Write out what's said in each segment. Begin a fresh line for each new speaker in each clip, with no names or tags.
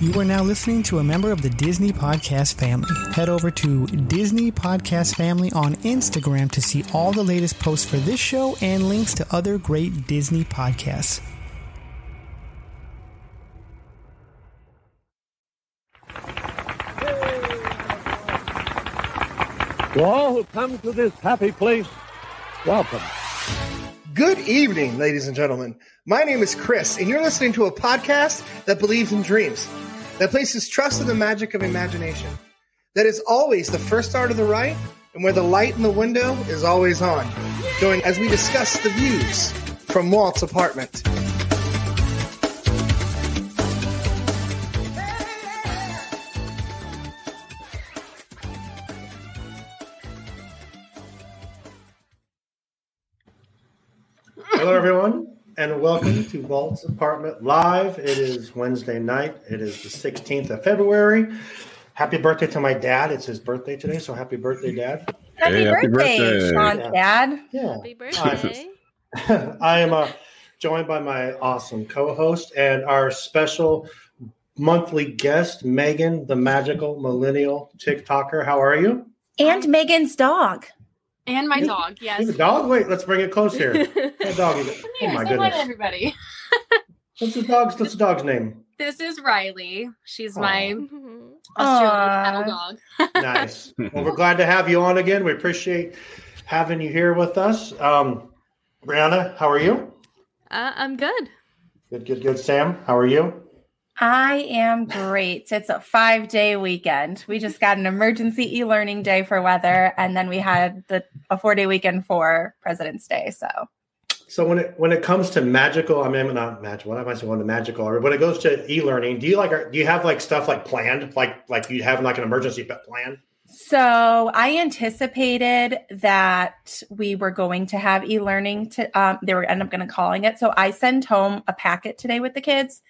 You are now listening to a member of the Disney Podcast family. Head over to Disney Podcast Family on Instagram to see all the latest posts for this show and links to other great Disney podcasts.
To all who come to this happy place, welcome.
Good evening, ladies and gentlemen. My name is Chris, and you're listening to a podcast that believes in dreams, that places trust in the magic of imagination, that is always the first star to the right, and where the light in the window is always on. Join as we discuss the views from Walt's apartment.
Hello, everyone, and welcome to Walt's Apartment Live. It is Wednesday night. It is the 16th of February. Happy birthday to my dad. It's his birthday today, so happy birthday, Dad.
Happy,
Hey, happy
birthday,
birthday.
Sean's
Yeah.
dad.
Yeah.
Happy
Jesus.
birthday.
I am uh, joined by my awesome co host and our special monthly guest, Megan, the magical millennial TikToker. How are you?
And Megan's dog.
And my
You-
dog, yes.
You have a dog? Wait, let's bring it close here. What dog is it? Oh,
Here,
my
say hi to
goodness.
everybody.
What's the dog's, what's the dog's name?
This is Riley. She's my
Mhm.
Australian cattle
Aw.
dog.
nice. Well, we're glad to have you on again. We appreciate having you here with us. Um, Brianna, how are you?
Uh, I'm good.
Good, good, good. Sam, how are you?
I am great. It's a five day weekend. We just got an emergency e learning day for weather, and then we had the a four day weekend for President's Day. So
So when it when it comes to magical, I mean, not magical. What am I saying? To magical, or when it goes to e-learning, do you like? Do you have like stuff like planned, like like you have like an emergency pe- plan?
So I anticipated that we were going to have e-learning to um, they were end up going to calling it. So I send home a packet today with the kids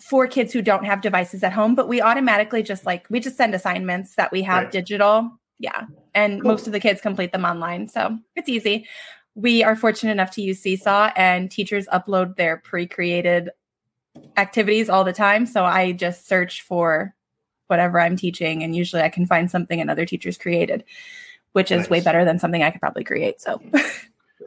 for kids who don't have devices at home, but we automatically just like we just send assignments that we have
Right.
digital. Yeah. And
Cool.
most of the kids complete them online. So it's easy. We are fortunate enough to use Seesaw and teachers upload their pre-created activities all the time. So I just search for whatever I'm teaching, and usually I can find something another teacher's created, which is way
Nice.
better than something I could probably create. So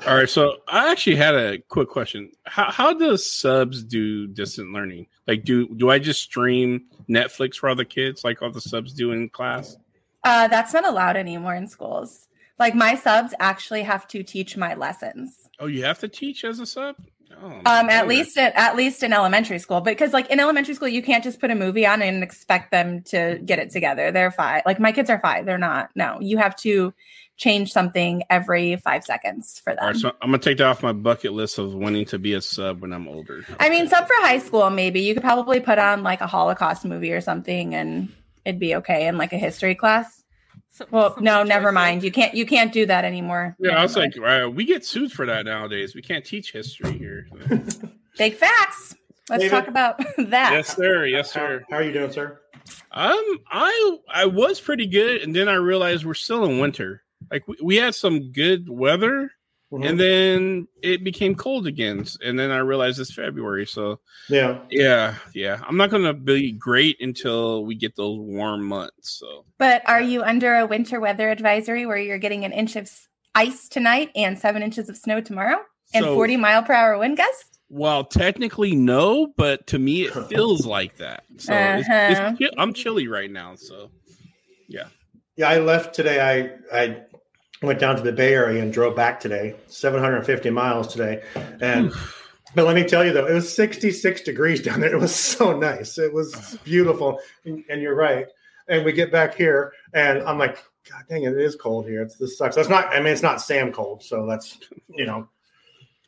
All right, so I actually had a quick question. How how does subs do distant learning? Like, do do I just stream Netflix for all the kids, like all the subs do in class?
uh, that's not allowed anymore in schools. Like my subs actually have to teach my lessons,
Oh, you have to teach as a sub. Oh,
um,
man.
at least at, at least in elementary school, because like in elementary school you can't just put a movie on and expect them to get it together. They're five. Like my kids are five. They're not. No, you have to change something every five seconds for them.
All right, so I'm gonna take that off my bucket list of wanting to be a sub when I'm older.
I mean, some for high school, maybe you could probably put on like a Holocaust movie or something, and it'd be okay in like a history class.
Some-
Well,
some
no, never
choices.
mind. You can't. You can't do that anymore.
yeah, I was like, uh, we get sued for that nowadays. We can't teach history here.
big facts. Let's
David?
talk about that.
yes, sir. Yes, sir.
How, how are you doing, sir?
Um, I I was pretty good, and then I realized we're still in winter. Like we, we had some good weather, and then it became cold again. And then I realized it's February. So
yeah,
yeah, yeah. I'm not gonna be great until we get those warm months. So
But are you under a winter weather advisory where you're getting an inch of s- ice tonight and seven inches of snow tomorrow and
So-
40 mile per hour wind gusts?
well, technically no, but to me it feels like that. So it's,
Uh-huh.
it's, chill- I'm chilly right now. So
yeah. I left today. I I went down to the Bay Area and drove back today, 750 miles today, and. But let me tell you though, it was 66 degrees down there. It was so nice. It was beautiful. And, and you're right. And we get back here, and I'm like, God dang it, it is cold here. It's, this sucks. That's not. I mean, it's not Sam cold, so that's you
Uh,
know.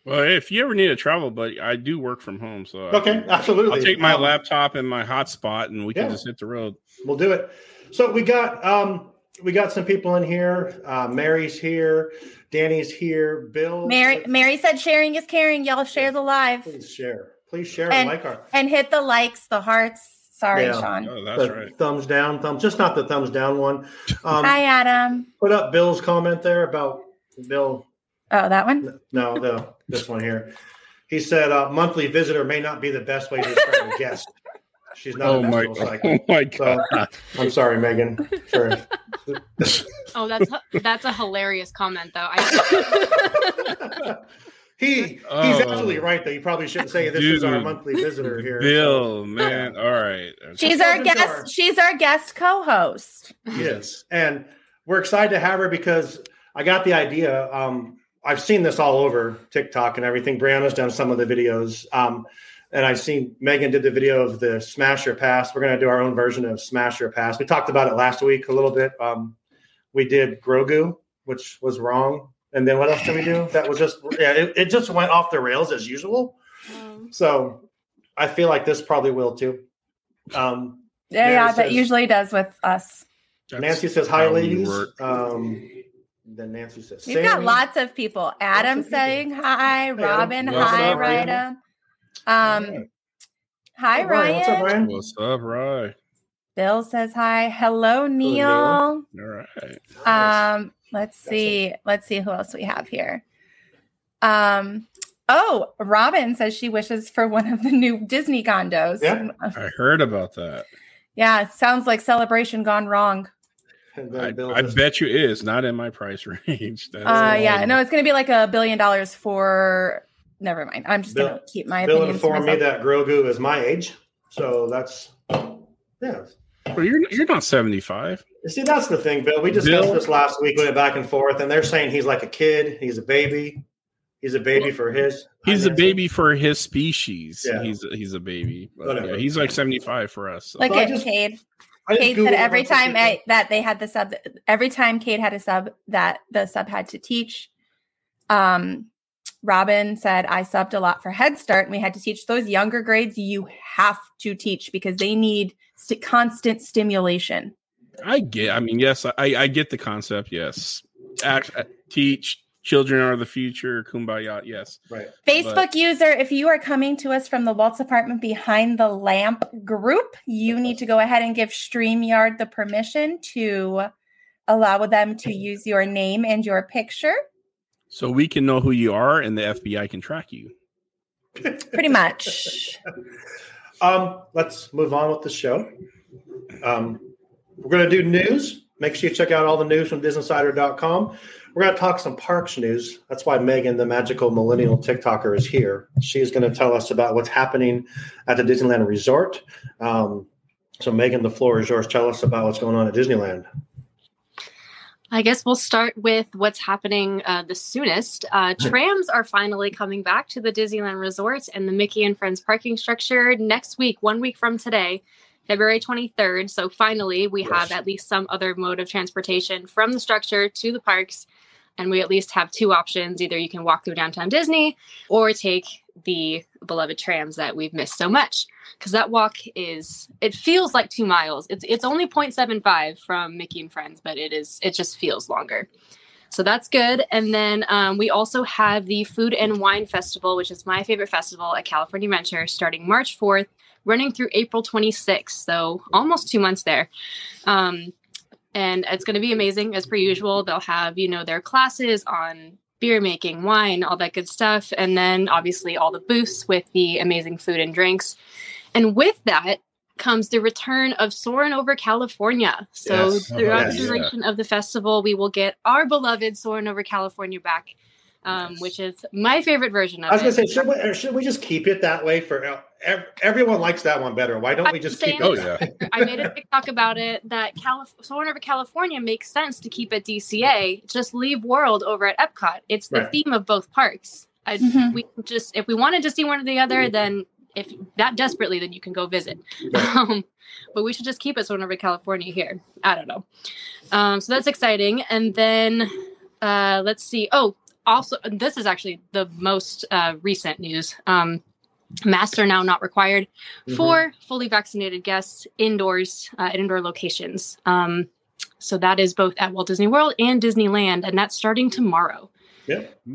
well, if you ever need to travel, buddy, I do work from home. So I-
Okay, absolutely.
I'll take my
Um,
laptop and my hotspot, and we can
Yeah.
just hit the road.
We'll do it. So we got um we got some people in here. Uh, Mary's here. Danny's here. Bill.
Mary, Mary said sharing is caring. Y'all share the live
Please share. Please share and
And-
like our
and hit the likes, the hearts. Sorry,
Yeah.
Sean.
Oh, that's
the
right.
thumbs down. Thumbs. Just not the thumbs down one. Um,
Hi, Adam.
put up Bill's comment there about Bill.
Oh, that one.
No, no, this one here. He said uh, monthly visitor may not be the best way to describe a guest. She's not
Oh
a
my,
menstrual cycle.
oh my god!
I'm sorry, Megan. For,
Oh, that's that's a hilarious comment though. I,
he he's
Oh.
absolutely right though. You probably shouldn't say this is our
Dude.
monthly visitor here.
Bill, man, all right.
She's our
Welcome to our-
guest. She's our guest co-host.
Yes, and we're excited to have her because I got the idea. Um, I've seen this all over TikTok and everything. Brianna's done some of the videos, um, and I've seen Megan did the video of the Smash Your Pass. We're going to do our own version of Smash Your Pass. We talked about it last week a little bit. Um, we did Grogu, which was wrong, and then what else did we do? That was just yeah, it, it just went off the rails as usual.
um,
So I feel like this probably will too. Um,
Yeah,
Yeah,
yeah,
it
that
says-
usually does with us.
That's
Nancy says hi,
how we
ladies.
work.
Um, then Nancy says,
We've got
Sammy.
lots of people. Adam
of people.
saying hi,
Adam.
Robin,
What's
hi,
up,
Ryda.
Ryan?
Um, hi,
Hey, Brian, What's up,
Ryan.
Ryan?
What's up, right?
Bill says hi. Hello, Neil.
Neil.
All right.
Um, let's
Gotcha.
see. Let's see who else we have here. Um, oh, Robin says she wishes for one of the new Disney condos.
Yeah.
I heard about that.
Yeah, sounds like celebration gone wrong.
And then
I,
Bill
I
says,
bet you it is not in my price range. That's
Uh, yeah, no, it's gonna be like a billion dollars for. Never mind. I'm just
Bill-
gonna keep my
Bill
opinions to
informed me
myself.
that Grogu is my age, so that's yeah.
Well, you're you're not seventy five.
See, that's the thing, Bill. We discussed
Bill-
this last week, we went back and forth, and they're saying he's like a kid, he's a baby, he's a baby for his.
He's
Hi,
a
Nancy.
baby for his species.
Yeah.
He's he's a baby. But,
Whatever.
yeah, he's like seventy five for us. So.
Like
So I
it,
just-
Cade.
I just
Cade said
Googled a
every
bunch of
time
people.
I, that they had the sub, every time Cade had a sub that the sub had to teach. Um, Robin said, I subbed a lot for Head Start and we had to teach those younger grades. You have to teach because they need st- constant stimulation.
I get. I mean, yes, I, I get the concept. Yes, Act, uh, teach children are the future. Kumbaya. Yes.
right.
Facebook user, if you are coming to us from the Waltz apartment behind the lamp group, you need to go ahead and give StreamYard the permission to allow them to use your name and your picture.
So we can know who you are, and the FBI can track you.
Pretty much.
Um, let's move on with the show. Um, we're going to do news. Make sure you check out all the news from DisInsider.com. We're going to talk some parks news. That's why Megan, the magical millennial TikToker, is here. She's going to tell us about what's happening at the Disneyland Resort. Um, so, Megan, the floor is yours. Tell us about what's going on at Disneyland.
I guess we'll start with what's happening uh, the soonest. Uh, trams are finally coming back to the Disneyland Resort and the Mickey and Friends parking structure next week, one week from today, February 23rd. So finally, we
Yes.
have at least some other mode of transportation from the structure to the parks. And we at least have two options either you can walk through downtown Disney or take the beloved trams that we've missed so much because that walk is it feels like two miles it's it's only 0.75 from mickey and friends but it is it just feels longer so that's good and then um, we also have the food and wine festival which is my favorite festival at california venture starting march 4th running through april 26th so almost two months there um, and it's going to be amazing as per usual they'll have you know their classes on beer making wine all that good stuff and then obviously all the booths with the amazing food and drinks and with that comes the return of Soarin' Over California. So
Yes.
throughout
Yes.
the duration of the festival, we will get our beloved Soarin' Over California back, um,
Nice.
which is my favorite version of
I was going
it.
to say, should we, or should we just keep it that way for ev- everyone likes that one better? Why don't we just keep it?
Oh
that
yeah.
I made a TikTok about it that Calif- Soarin' Over California makes sense to keep at DCA. Just leave World over at Epcot. It's the
Right.
theme of both parks. I,
Mhm.
We just if we wanted to see one or the
Mm-hmm.
other, then if that desperately, then you can go visit.
Right.
Um, but we should just keep it Soarin' Over California here. I don't know. Um, so that's exciting. And then uh, let's see. Oh, also, this is actually the most uh, recent news. Um, masks are now not required
Mhm.
for fully vaccinated guests indoors uh, at indoor locations. Um, so that is both at Walt Disney World and Disneyland, and that's starting tomorrow.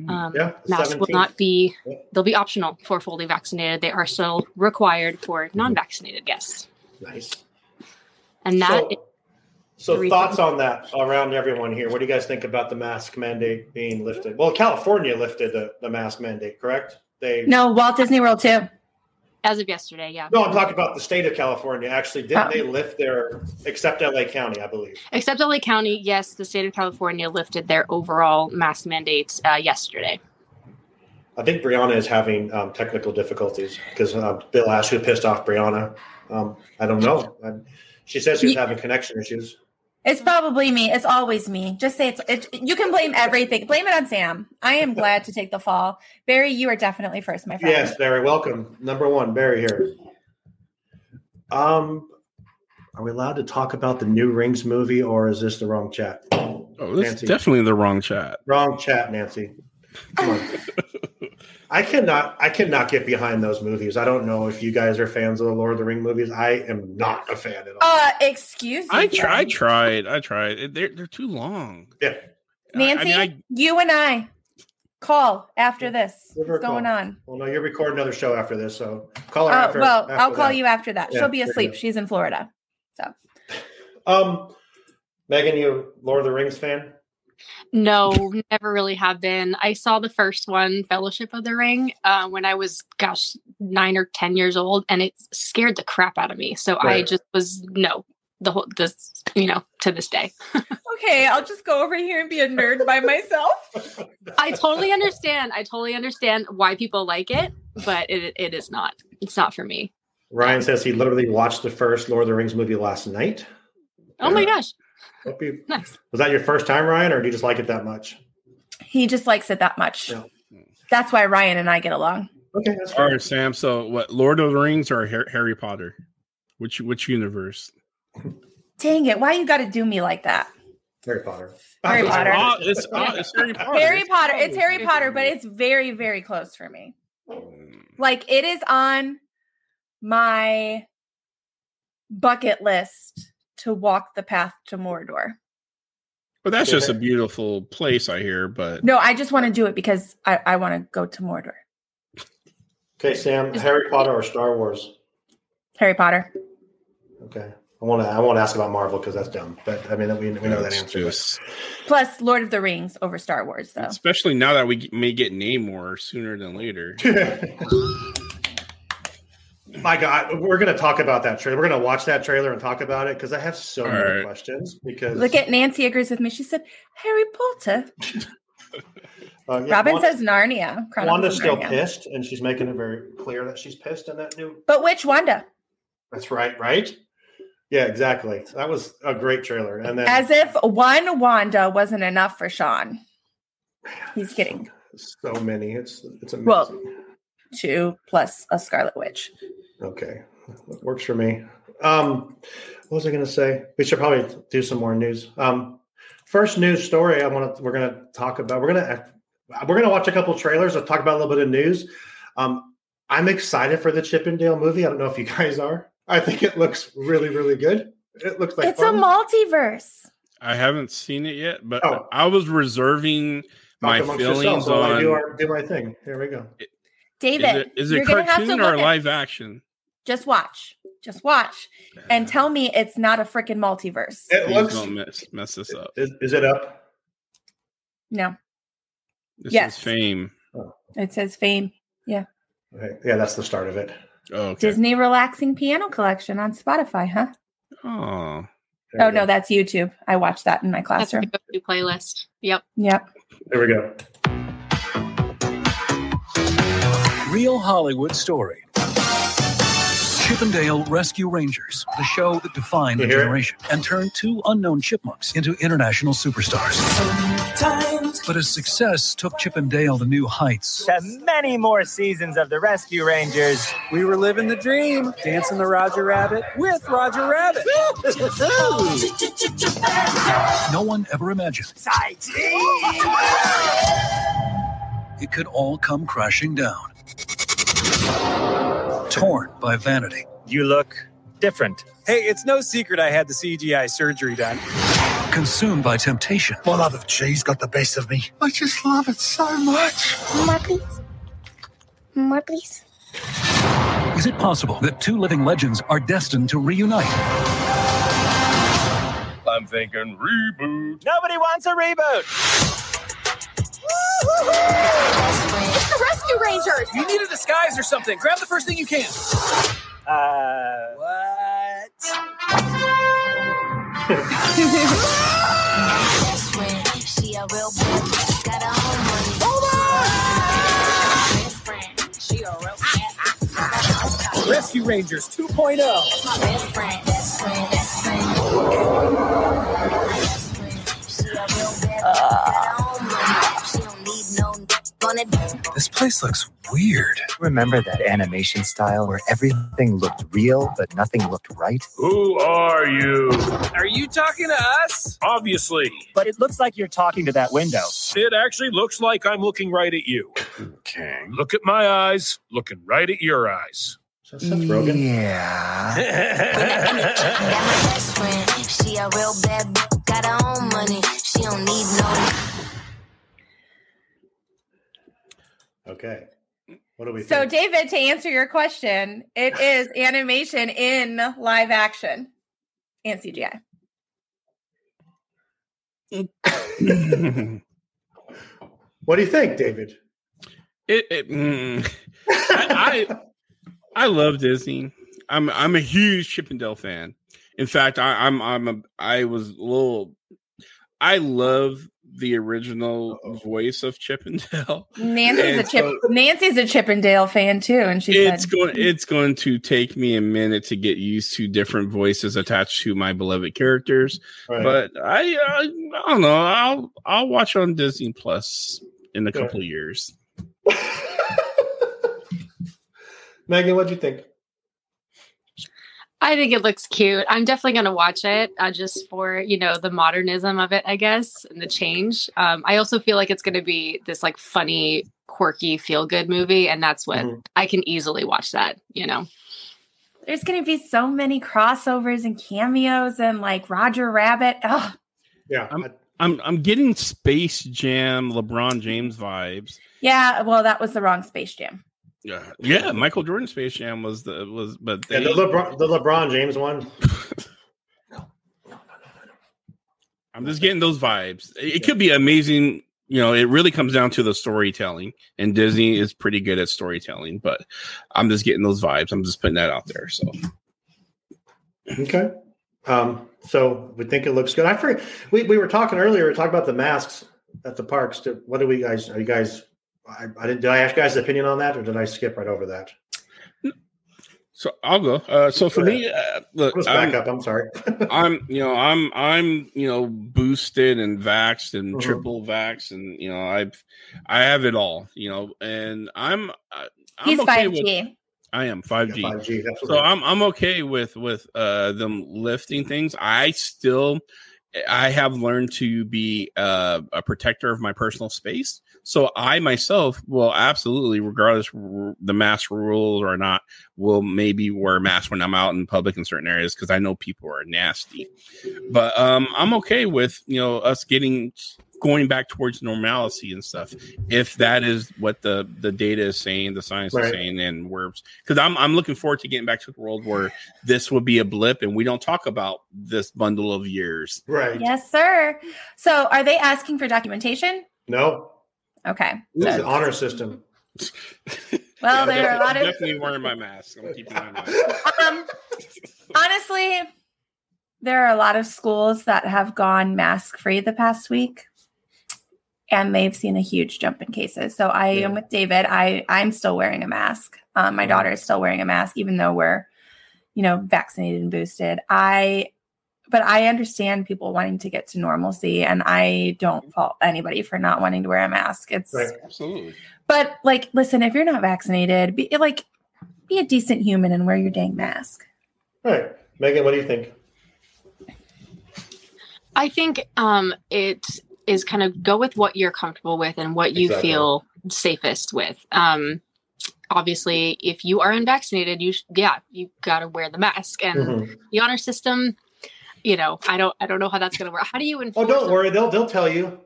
Um,
Yeah,
Masks will
17th.
not be;
Yeah.
they'll be optional for fully vaccinated. They are still required for non-vaccinated guests,
Nice.
and that
so, so
the
thoughts on that around everyone here. What do you guys think about the mask mandate being lifted? Well, California lifted the, the mask mandate, correct? They
No, Walt Disney World too.
As of yesterday, yeah.
No, I'm talking about the state of California. Actually, didn't
Oh.
they lift their except LA County, I believe.
Except LA County, yes, the state of California lifted their overall mask mandates uh, yesterday.
I think Brianna is having um, technical difficulties because uh, Bill Ashley pissed off Brianna. Um, I don't know. i she says she was
Ye-
having connection issues.
It's probably me. It's always me. Just say it's. It, you can blame everything. Blame it on Sam. I am glad to take the fall. Barry, you are definitely first, my friend.
Yes, Barry, welcome. Number one, Barry here. Um, are we allowed to talk about the new Rings movie, or is this the wrong chat?
Oh, that's
Nancy.
definitely the wrong chat.
Wrong chat, Nancy. Come on. I cannot. I cannot get behind those movies. I don't know if you guys are fans of the Lord of the Ring movies. I am not a fan at all.
Uh, excuse me.
I tried, I tried, I tried. It- They're they're too long.
yeah,
I- I mean,
Nancy,
I-
you and I call after this.
Give her
What's
a
going
call.
on?
Well, no, you're recording another show after this, so call
Oh,
her after.
well,
after
I'll call
that.
you after that.
Yeah,
She'll be
there you
asleep.
go.
She's in Florida. So
Um, Megan, you a Lord of the Rings fan?
No, never really have been. I saw the first one, Fellowship of the Ring, uh, when I was, gosh, nine or 10 years old, and it scared the crap out of me. So I
Right.
just was, no, the whole, this, you know, to this day.
okay, I'll just go over here and be a nerd by myself.
I totally understand. I totally understand why people like it, but it, it is not. It's not for me.
Ryan says he literally watched the first Lord of the Rings movie last night.
Oh my gosh.
Hope you-
Nice.
Was that your first time, Ryan, or do you just like it that much?
He just likes it that much.
Yeah.
That's why Ryan and I get along.
Okay, that's
All
fair.
right, Sam. So, what Lord of the Rings or Har- Harry Potter? Which which universe?
Dang it! Why you got to do me like that?
Harry Potter.
Harry Potter.
Oh, it's, oh, it's Harry Potter.
Harry Potter. It's Harry Potter, but it's very, very close for me. Like it is on my bucket list to walk the path to Mordor.
But that's just a beautiful place, I hear. But
No, I just want to do it because I, I want to go to Mordor.
Okay, Sam. Harry Potter or Star Wars?
Harry Potter.
Okay. I want to. I won't ask about Marvel because that's dumb. But I mean, we, we know that
That's
answer. but-
just-
Plus Lord of the Rings over Star Wars, though.
especially now that we g- may get Namor sooner than later.
My God, we're going to talk about that trailer. We're going to watch that trailer and talk about it because I have so
All
many
right.
questions. Because
Look at Nancy agrees with me. She said Harry Potter.
uh, yeah,
Robin
Wanda-
says Narnia. Chronicles
Wanda's
of
still
Narnia.
pissed, and she's making it very clear that she's pissed in that new.
But which Wanda?
That's right, right? Yeah, exactly. That was a great trailer, and then
As if one Wanda wasn't enough for Sean. He's getting
so many. It's it's amazing.
Well- two plus a Scarlet Witch.
Okay, that works for me. Um, what was I going to say? We should probably do some more news. Um, first news story I want to we're going to talk about. We're going to we're going to watch a couple trailers. I'll talk about a little bit of news. Um, I'm excited for the Chippendale movie. I don't know if you guys are. I think it looks really really good. It looks like
it's
fun.
a multiverse.
I haven't seen it yet, but
Oh.
I was reserving
Talk
my
amongst
feelings
yourselves while I
on
do, our, do my thing. Here we go.
is
David,
it, is it
you're gonna have to
cartoon or
look at.
live action?
Just watch. Just watch and tell me it's not a freaking multiverse.
It
Please
looks.
don't mess, mess this up.
Is, is it up?
No,
This
Yes.
is fame.
it says Fame
Okay. Yeah, that's the start of it.
Oh, okay.
Disney Relaxing Piano Collection on Spotify, huh?
Oh,
There
oh
we go.
no, that's YouTube. I watched that in my
That's my
classroom.
go-to playlist. Yep.
Yep.
There we go.
Real Hollywood story. Chippendale Rescue Rangers, the show that defined
You
a
hear it?
generation and turned two unknown chipmunks into international superstars. But as success took Chippendale to new heights,
to many more seasons of The Rescue Rangers. We were living the dream, dancing the Roger Rabbit with Roger Rabbit.
no one ever imagined it could all come crashing down. Torn by vanity,
You look different. Hey, it's no secret I had the CGI surgery done.
consumed by temptation,
My love of cheese got the best of me. I just love it so much.
More, please. More, please.
is it possible that two living legends are destined to reunite?
I'm thinking reboot.
Nobody wants a reboot.
It's the Rescue Rangers!
You need a disguise or something. Grab the first thing you can. Uh, Rescue Rangers oh. 2.0.
This place looks weird.
Remember that animation style where everything looked real but nothing looked right?
Who are you?
Are you talking to us?
Obviously.
But it looks like you're talking to that window.
It actually looks like I'm looking right at you. Okay. Look at my eyes, looking right at your eyes.
Yeah.
She a real bad bitch, got her own money. She don't need no.
Okay. What do we
So,
think?
David, to answer your question, it is animation in live action and CGI.
what do you think, David?
It, it mm. I, I I love Disney. I'm I'm a huge Chippendale fan. In fact, I, I'm I'm a I was a little. I love the original voice of Chippendale.
Nancy's a
And
chip.
so
Nancy's a Chippendale fan too, and she
It's
said,
going. It's going to take me a minute to get used to different voices attached to my beloved characters.
Right.
But I, I, I don't know. I'll I'll watch on Disney Plus in a couple of years.
Megan, what'd you think?
I think it looks cute. I'm definitely going to watch it uh, just for, you know, the modernism of it, I guess, and the change. Um, I also feel like it's going to be this like funny, quirky, feel good movie. And that's what
Mm-hmm.
Mhm.
I can easily watch that, you know.
"There's going to be so many crossovers and cameos, and like Roger Rabbit." Oh,
Yeah,
I'm I'm, I'm getting Space Jam, LeBron James vibes.
yeah. Well, that was the wrong Space Jam.
Yeah, yeah. Michael Jordan Space Jam was the was, but
Yeah, the LeBron, the LeBron James one.
I'm just getting those vibes. It, it could be amazing. You know, it really comes down to the storytelling, and Disney is pretty good at storytelling. But I'm just getting those vibes. I'm just putting that out there. So
Okay. Um, so we think it looks good. I forget. We, we were talking earlier. We talked about the masks at the parks. Did, what do we guys? Are you guys? I, I didn't. Did I ask you guys' opinion on that, or did I skip right over that?
So I'll go. Uh, so for me, uh, look,
Let's back up. I'm sorry.
I'm, you know, I'm, I'm, you know, boosted and vaxxed and
Mhm.
triple vaxxed, and you know, I've, I have it all, you know, and I'm, I- I'm
He's
okay
five
with-
G.
I am five G.
5G,
So
absolutely.
I'm I'm okay with with uh them lifting things. I still I have learned to be uh, a protector of my personal space. So I myself will absolutely, regardless r- the mask rules or not, will maybe wear a mask when I'm out in public in certain areas because I know people are nasty. But um, I'm okay with you know us getting going back towards normalcy and stuff if that is what the the data is saying, the science is
Right.
saying, and we're because I'm I'm looking forward to getting back to the world where this would be a blip and we don't talk about this bundle of years.
Right.
Yes, sir. So, are they asking for documentation?
No.
Okay.
This is
So-
the honor system.
well, Oh, there are a lot
I'm
of
definitely wearing my mask. I'm keeping my mask.
um, honestly, there are a lot of schools that have gone mask free the past week, and they've seen a huge jump in cases. So I am with David. I I'm still wearing a mask. Um, my daughter is still wearing a mask, even though we're, you know, vaccinated and boosted. I, but I understand people wanting to get to normalcy, and I don't fault anybody for not wanting to wear a mask. It's
Absolutely.
but like, listen, if you're not vaccinated, be like, be a decent human and wear your dang mask.
All right, Megan, what do you think?
I think um, it is kind of go with what you're comfortable with and what you
Exactly.
feel safest with. Um, obviously, if you are unvaccinated, you sh- yeah, you got to wear the mask and
Mhm.
the honor system. You know, I don't, I don't know how that's going to work. How do you
Oh,
enforce?
don't worry. They'll they'll tell you.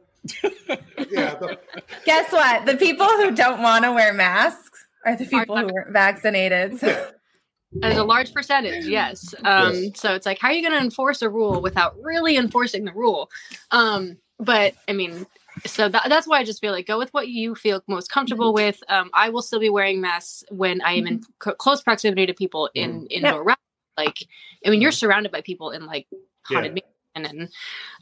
Guess what? The people who don't want to wear masks are the people who aren't vaccinated. So
As a large percentage, yes. Um,
Yes.
So it's like, how are you going to enforce a rule without really enforcing the rule? Um, but I mean, so that, that's why I just feel like go with what you feel most comfortable with. Um, I will still be wearing masks when I am in co- close proximity to people in indoor restaurants. Like, I mean, you're surrounded by people in like haunted
Yeah.
mansion and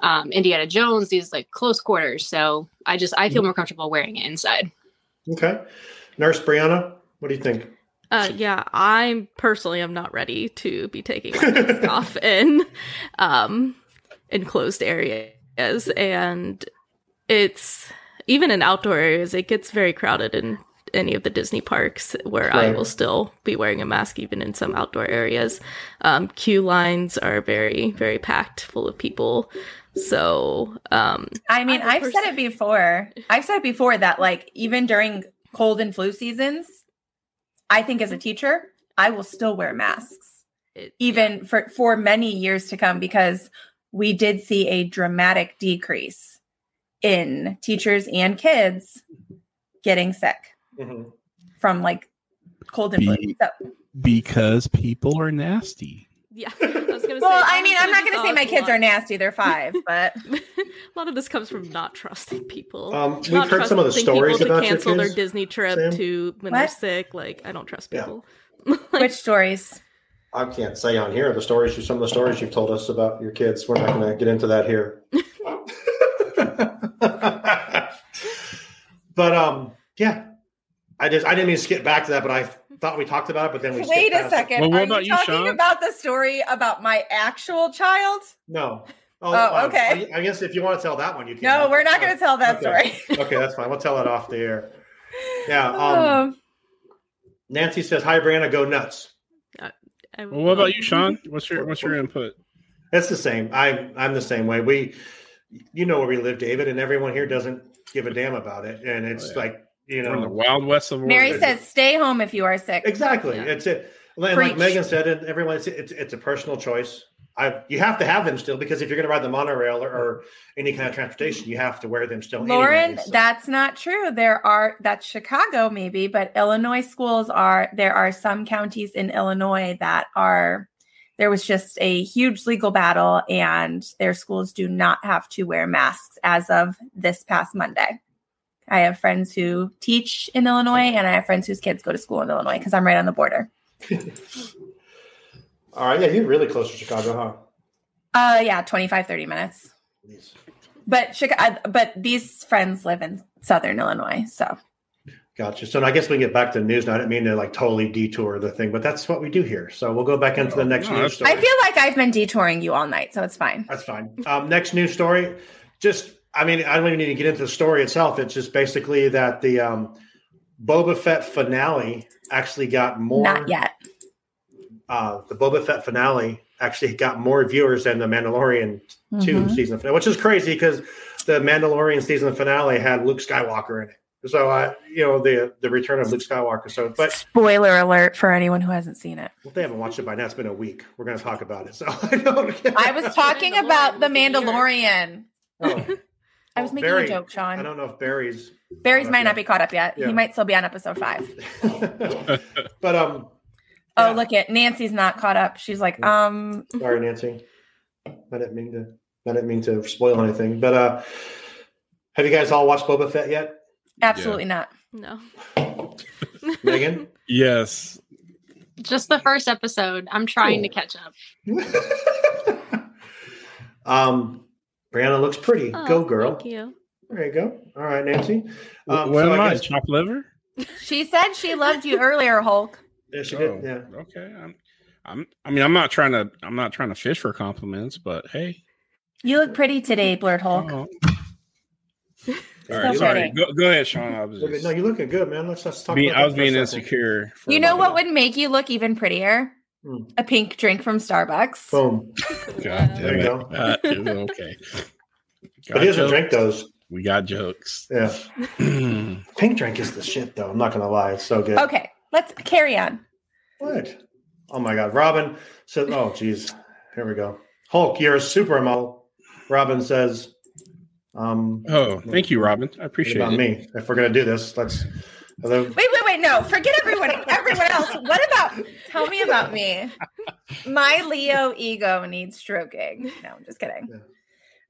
um, Indiana Jones. These like close quarters. So I just I feel more comfortable wearing it inside.
Okay. Nurse Brianna, what do you think?
Uh, yeah, I personally am not ready to be taking my mask off in um, enclosed areas, and it's even in outdoor areas it gets very crowded in any of the Disney parks where I
Right.
will still be wearing a mask even in some outdoor areas. Um, queue lines are very very packed, full of people. So um,
I mean, I've said it before. I've said it before that, like, even during cold and flu seasons, I think as a teacher, I will still wear masks, even for for many years to come, because we did see a dramatic decrease in teachers and kids getting sick from like cold and flu.
Be-
So,
because people are nasty.
yeah, I was gonna say.
well, I mean, I'm not going
honestly, just
to say
odds
my
a
kids
lot.
are nasty; they're five, but
a lot of this comes from not trusting people.
Um, we've
Not
heard some of the
trusting
stories
people
about
to
your
cancel their
kids,
Disney trip
Sam.
to when
What?
they're sick. Like I don't trust
Yeah.
people.
Which stories?
I can't say on here the stories, you- some of the stories you've told us about your kids. We're not going to get into that here. but um, yeah, I just I didn't mean to skip back to that, but I thought we talked about it, but then we
wait
skipped
a
past it.
second. are you, talking about the story about my actual child?
No.
Oh,
uh,
okay.
I, I guess if you want to tell that one, you can.
No, we're not going to tell that story.
okay. okay, that's fine. We'll tell it off the air. Yeah. Um,
Um,
Nancy says, "Hi, Brianna, go nuts."
Well, what about you, Sean? What's your what's your input?
It's the same. I I'm the same way. We, you know where we live, David, and everyone here doesn't give a damn about it, and it's like you know
We're in the wild west of
Mary
Oregon.
says, "Stay home if you are sick."
exactly. It's it. And
Preach.
like Megan said, and everyone, it's, it's it's a personal choice. I you have to have them still because if you're going to ride the monorail or, or any kind of transportation, you have to wear them still.
Lauren,
anyways.
that's not true. There are that's Chicago maybe, but Illinois schools are there are some counties in Illinois that are there was just a huge legal battle and their schools do not have to wear masks as of this past Monday. I have friends who teach in Illinois and I have friends whose kids go to school in Illinois cuz I'm right on the border.
All right, yeah, you're really close to Chicago, huh?
Uh yeah, 25 30 minutes. But Chicago, but these friends live in southern Illinois, so
Gotcha. So I guess we can get back to the news. Now, I didn't mean to like totally detour the thing, but that's what we do here. So we'll go back into the next news story.
I feel like I've been detouring you all night, so it's fine.
That's fine. Um, next news story. Just, I mean, I don't even need to get into the story itself. It's just basically that the um, Boba Fett finale actually got more.
Not yet.
Uh, the Boba Fett finale actually got more viewers than the Mandalorian 2
Mhm.
season finale, which is crazy because the Mandalorian season finale had Luke Skywalker in it. So I, you know, the the return of Luke Skywalker. So, but
Spoiler alert for anyone who hasn't seen it.
Well, if they haven't watched it by now, it's been a week. We're going to talk about it. So
I was talking about the Mandalorian. I was making
Oh. Barry,
a joke,
I
Sean.
don't know if Barry's,
Barry's might not be caught up yet.
Yeah.
He might still be on episode five.
but um,
Oh, look at Nancy's not caught up. She's like, um,
sorry, Nancy. I didn't mean to. I didn't mean to spoil anything. But uh, have you guys all watched Boba Fett yet?
absolutely not.
No.
Megan,
Yes.
Just the first episode. I'm trying to catch up.
um, Brianna looks pretty. Go, girl.
Oh, Thank you.
There you go. All right, Nancy. Um,
what
so
am
I
I?
guess-
Chopped liver?
She said she loved you earlier, Hulk.
Yeah, she
Oh,
did. Yeah.
Okay. I'm, I'm. I mean, I'm not trying to. I'm not trying to fish for compliments, but hey.
You look pretty today, Blurred Hulk.
All right.
Still pretty.
Sorry. Go, go ahead, Sean. I was
Look at-
just
No, you're looking good, man. Let's just talk.
being,
about
I was
that for a
being
second.
insecure. For
You know what would make you look even
Oh,
prettier?
Hmm.
A pink drink from Starbucks.
Boom.
God damn
There you
it.
go.
God, Uh, it was okay.
But he doesn't drink
jokes.
those.
We got jokes.
Yeah. Pink drink is the shit, though. I'm not gonna lie, it's so good.
Okay, let's carry on.
What? Oh my god, Robin says, "Oh geez, here we go." Hulk, you're a supermodel. Robin says, "Um,
oh, thank you, Robin. I appreciate
about
it.
me. If we're gonna do this, let's." Hello.
Wait, wait, wait. No, forget everyone. Everyone else. What about? Tell me about me. My Leo ego needs stroking. No, I'm just kidding.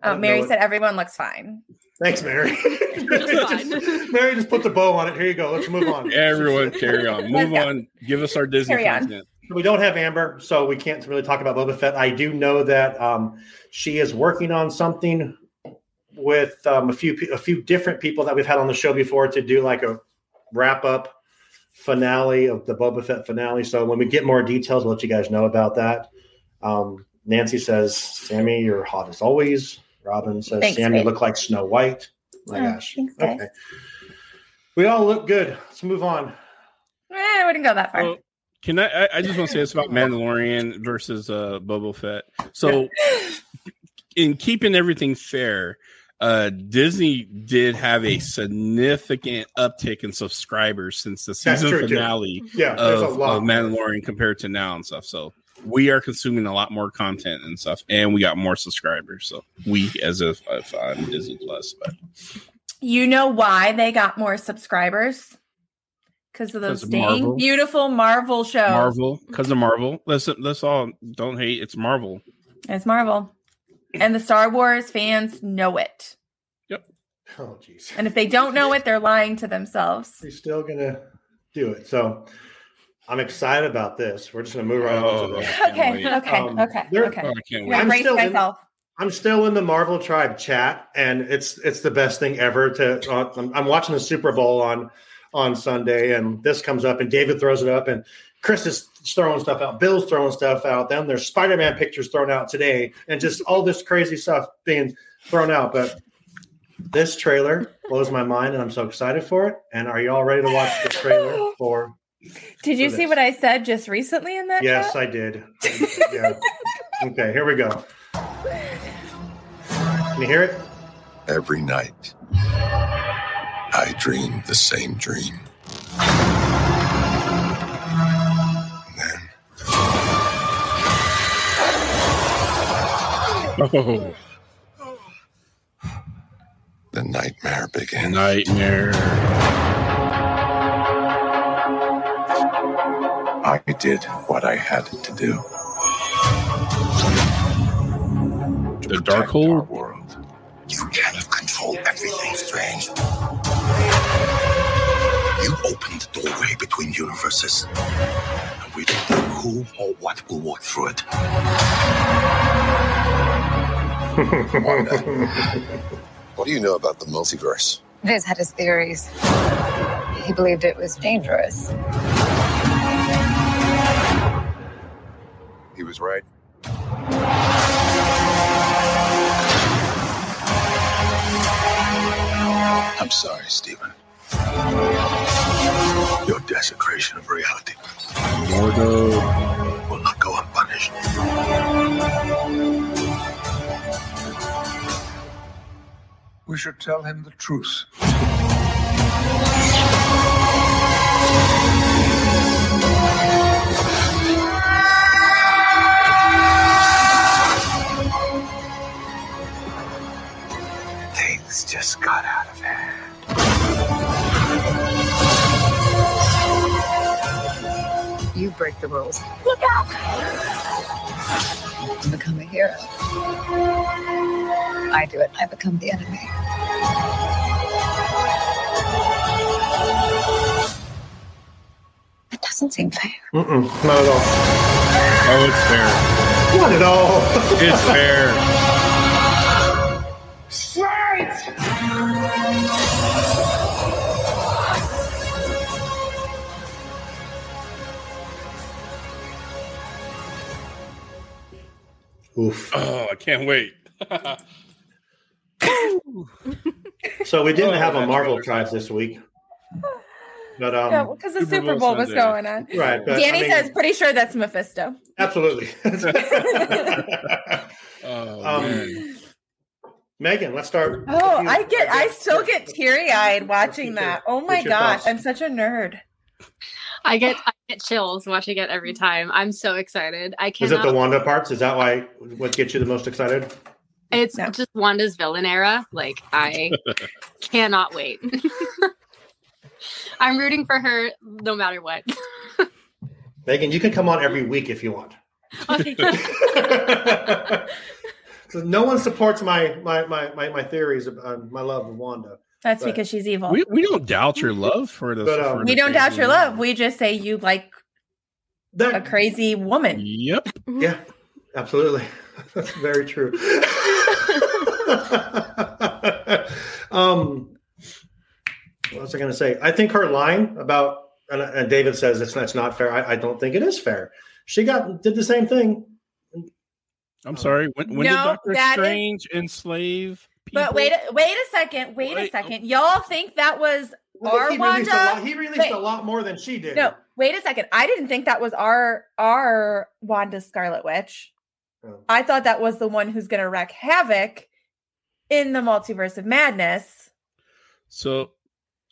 I
Uh,
don't
Mary
know what-
said everyone looks fine.
Thanks, Mary. Mary just put the bow on it. Here you go. Let's move on.
Everyone, carry on. Move on. Give us our Disney
Carry on.
content.
We don't have Amber, so we can't really talk about Boba Fett. I do know that um, she is working on something with um, a few pe- a few different people that we've had on the show before to do like a wrap up finale of the Boba Fett finale. So when we get more details, we'll let you guys know about that. Um, Nancy says, "Sammy, you're hot as always." Robin says,
Thanks,
"Sammy,
babe.
look like Snow White." My
Oh,
gosh.
thanks, guys.
okay. We all look good. Let's move on.
Eh, I wouldn't go that far.
Well, Can I? I, I just want to say this about Mandalorian versus uh, Boba Fett. So, in keeping everything fair, uh, Disney did have a significant uptick in subscribers since the
That's
season
true, too.
finale
Yeah, there's
of,
a lot.
of Mandalorian compared to now and stuff. So, we are consuming a lot more content and stuff, and we got more subscribers. So, we as if, if I'm Disney Plus, but
You know why they got more subscribers? Because of those
'Cause of
dang
Marvel.
beautiful Marvel
Oh.
shows.
Marvel because of Marvel. Let's let's all don't hate. It's Marvel.
It's Marvel. And the Star Wars fans know it.
Oh, jeez.
And if they don't know it, they're lying to themselves.
You're still gonna do it. So I'm excited about this. We're just gonna move right on to this.
Okay, okay,
Um,
okay,
there-
okay.
Oh, I can't
I'm
wait. I'm
gonna brace
still in-
myself.
I'm still in the Marvel Tribe chat, and it's it's the best thing ever. To uh, I'm, I'm watching the Super Bowl on on Sunday, and this comes up, and David throws it up, and Chris is throwing stuff out, Bill's throwing stuff out. Then there's Spider Man pictures thrown out today, and just all this crazy stuff being thrown out. But this trailer blows my mind, and I'm so excited for it. And are you all ready to watch the trailer for?
Did you
for
see
this?
what I said just recently in that?
Yes, I did. yeah. Okay, here we go. Can you hear it?
Every night, I dream the same dream.
Oh.
The nightmare begins.
Nightmare.
I did what I had to do.
The dark hole.
You cannot control everything strange. You opened the doorway between universes, and we don't know who or what will walk through it. Wanda, what do you know about the multiverse?
Viz had his theories. He believed it was dangerous.
He was right. I'm sorry, Stephen. Your desecration of reality will not go unpunished.
We should tell him the truth.
Things just got out of hand.
You break the rules. Look out! You become a hero. I do it. I become the enemy. That doesn't seem fair.
Mm-mm, not at all.
Oh, it's fair.
Not at all.
it's fair.
Oof.
Oh, I can't wait.
So we didn't have
Oh,
a
that's
Marvel
really
tribe this week, but um,
Yeah, because the Super Bowl was going on.
right? But,
Danny
I mean,
says, pretty sure that's Mephisto.
absolutely.
Oh,
um, Megan, let's start.
Oh, I get, I still get teary eyed watching that. Oh my
What's your
gosh,
thoughts?
I'm such a nerd.
I get I get chills watching it every time. I'm so excited. I
Is
cannot.
it the Wanda parts? Is that why what gets you the most excited?
It's just Wanda's villain era. Like I cannot wait. I'm rooting for her no matter what.
Megan, you can come on every week if you want.
Okay.
It's no one supports my my my my, my theories on my love of Wanda.
That's
But-
because she's evil.
We, we don't doubt your love for the.
But, um,
for
We
the
don't doubt
crazy
your
woman.
love. We just say you like a crazy woman.
Yep.
Yeah, absolutely. That's very true. um, what was I going to say? I think her line about and, and David says it's that's not fair. I, I don't think it is fair. She got did the same thing.
I'm sorry. When, when
No,
did Doctor
that is-
Strange enslave?
But wait, a- wait a second. Wait, a second. Y'all think that was our
he released,
Wanda?
a lot, he released
Wait,
a lot more than she did.
No, wait a second. I didn't think that was our our Wanda Scarlet Witch.
Oh.
I thought that was the one who's going to wreak havoc in the multiverse of madness.
So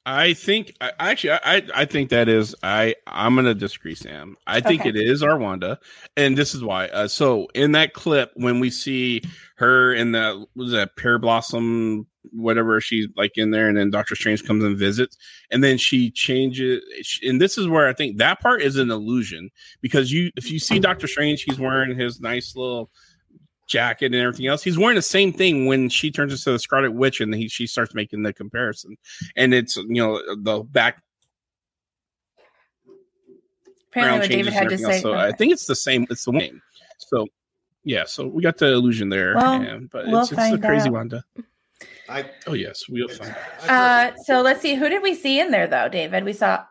I think I, actually I I- I think that is I I'm gonna disagree, Sam. I think
Okay.
it is Arwanda, and this is why. Uh, so in that clip when we see her in the was that pear blossom whatever she's like in there, and then Doctor Strange comes and visits, and then she changes. she- And this is where I think that part is an illusion because you if you see Doctor Strange, he's wearing his nice little jacket and everything else. He's wearing the same thing when she turns into the Scarlet Witch, and he she starts making the comparison, and it's you know the back.
Apparently, what David
changes and
had to
everything else.
say.
So I think it's the same. It's the one. So yeah, so we got the illusion there,
Well,
and- but
we'll
it's, it's the
find
crazy
out.
Wanda.
I,
oh yes, we'll find. out.
Uh, so let's see. Who did we see in there though, David? We saw.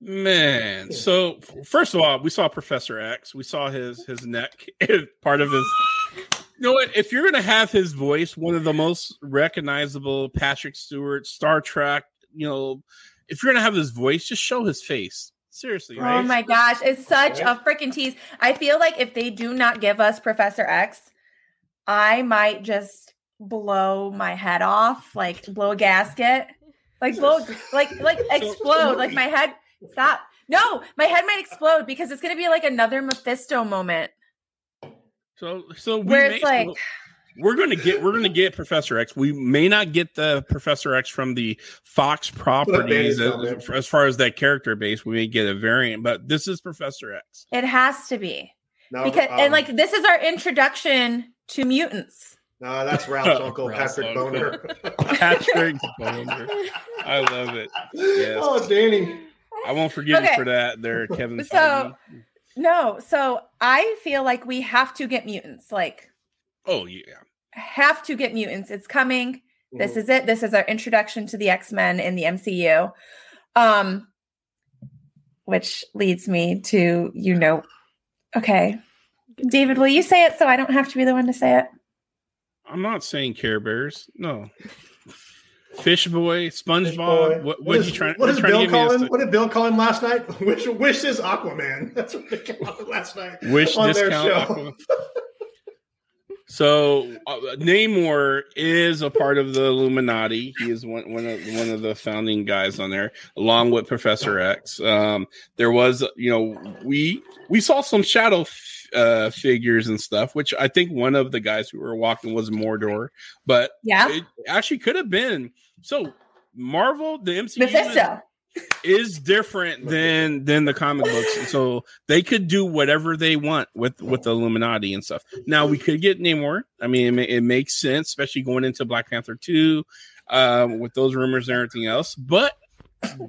Man, so first of all, we saw Professor X. We saw his his neck, part of his. You know what? If you're gonna have his voice, one of the most recognizable Patrick Stewart, Star Trek. You know, if you're gonna have his voice, just show his face. Seriously,
Oh
right?
my gosh, it's such a freaking tease. I feel like if they do not give us Professor X, I might just blow my head off, like blow a gasket, like blow, like like explode, like my head. Stop. No, my head might explode because it's gonna be like another Mephisto moment.
So so we
Where it's
may-
like-
we're gonna get we're gonna get Professor X. We may not get the Professor X from the Fox properties
What a base
as, as far as that character base. We may get a variant, but this is Professor X.
It has to be
No,
because
um,
and like this is our introduction to mutants.
No, that's Ralph's uncle,
Ralph's
Patrick
uncle.
Boner.
Patrick Boner. I love it. Yes.
Oh, Danny.
I won't forgive
Okay.
you for that there, Kevin.
So no, so I feel like we have to get mutants. Like
oh yeah.
have to get mutants. It's coming. This
Mhm.
Mm-hmm.
is it. This is our introduction to the X-Men in the MCU. Um which leads me to you know okay. David, will you say it so I don't have to be the one to say it?
I'm not saying Care Bears. No. Fish Boy, SpongeBob. What, what, are you trying?
What
you
is
trying to
Bill
give me a
calling?
st-
What did Bill call him last night? Wish, wish is Aquaman. That's what they called him last night.
Wish discount So uh, Namor is a part of the Illuminati. He is one, one of one of the founding guys on there, along with Professor X. Um, there was, you know, we we saw some shadow f- uh, figures and stuff, which I think one of the guys who were walking was Mordor, but
Yeah.
it actually could have been. So Marvel, the MCU, is-
Mephisto.
is different than than the comic books and so they could do whatever they want with with the illuminati and stuff now we could get namor i mean it, ma- it makes sense especially going into black panther 2 um, with those rumors and everything else but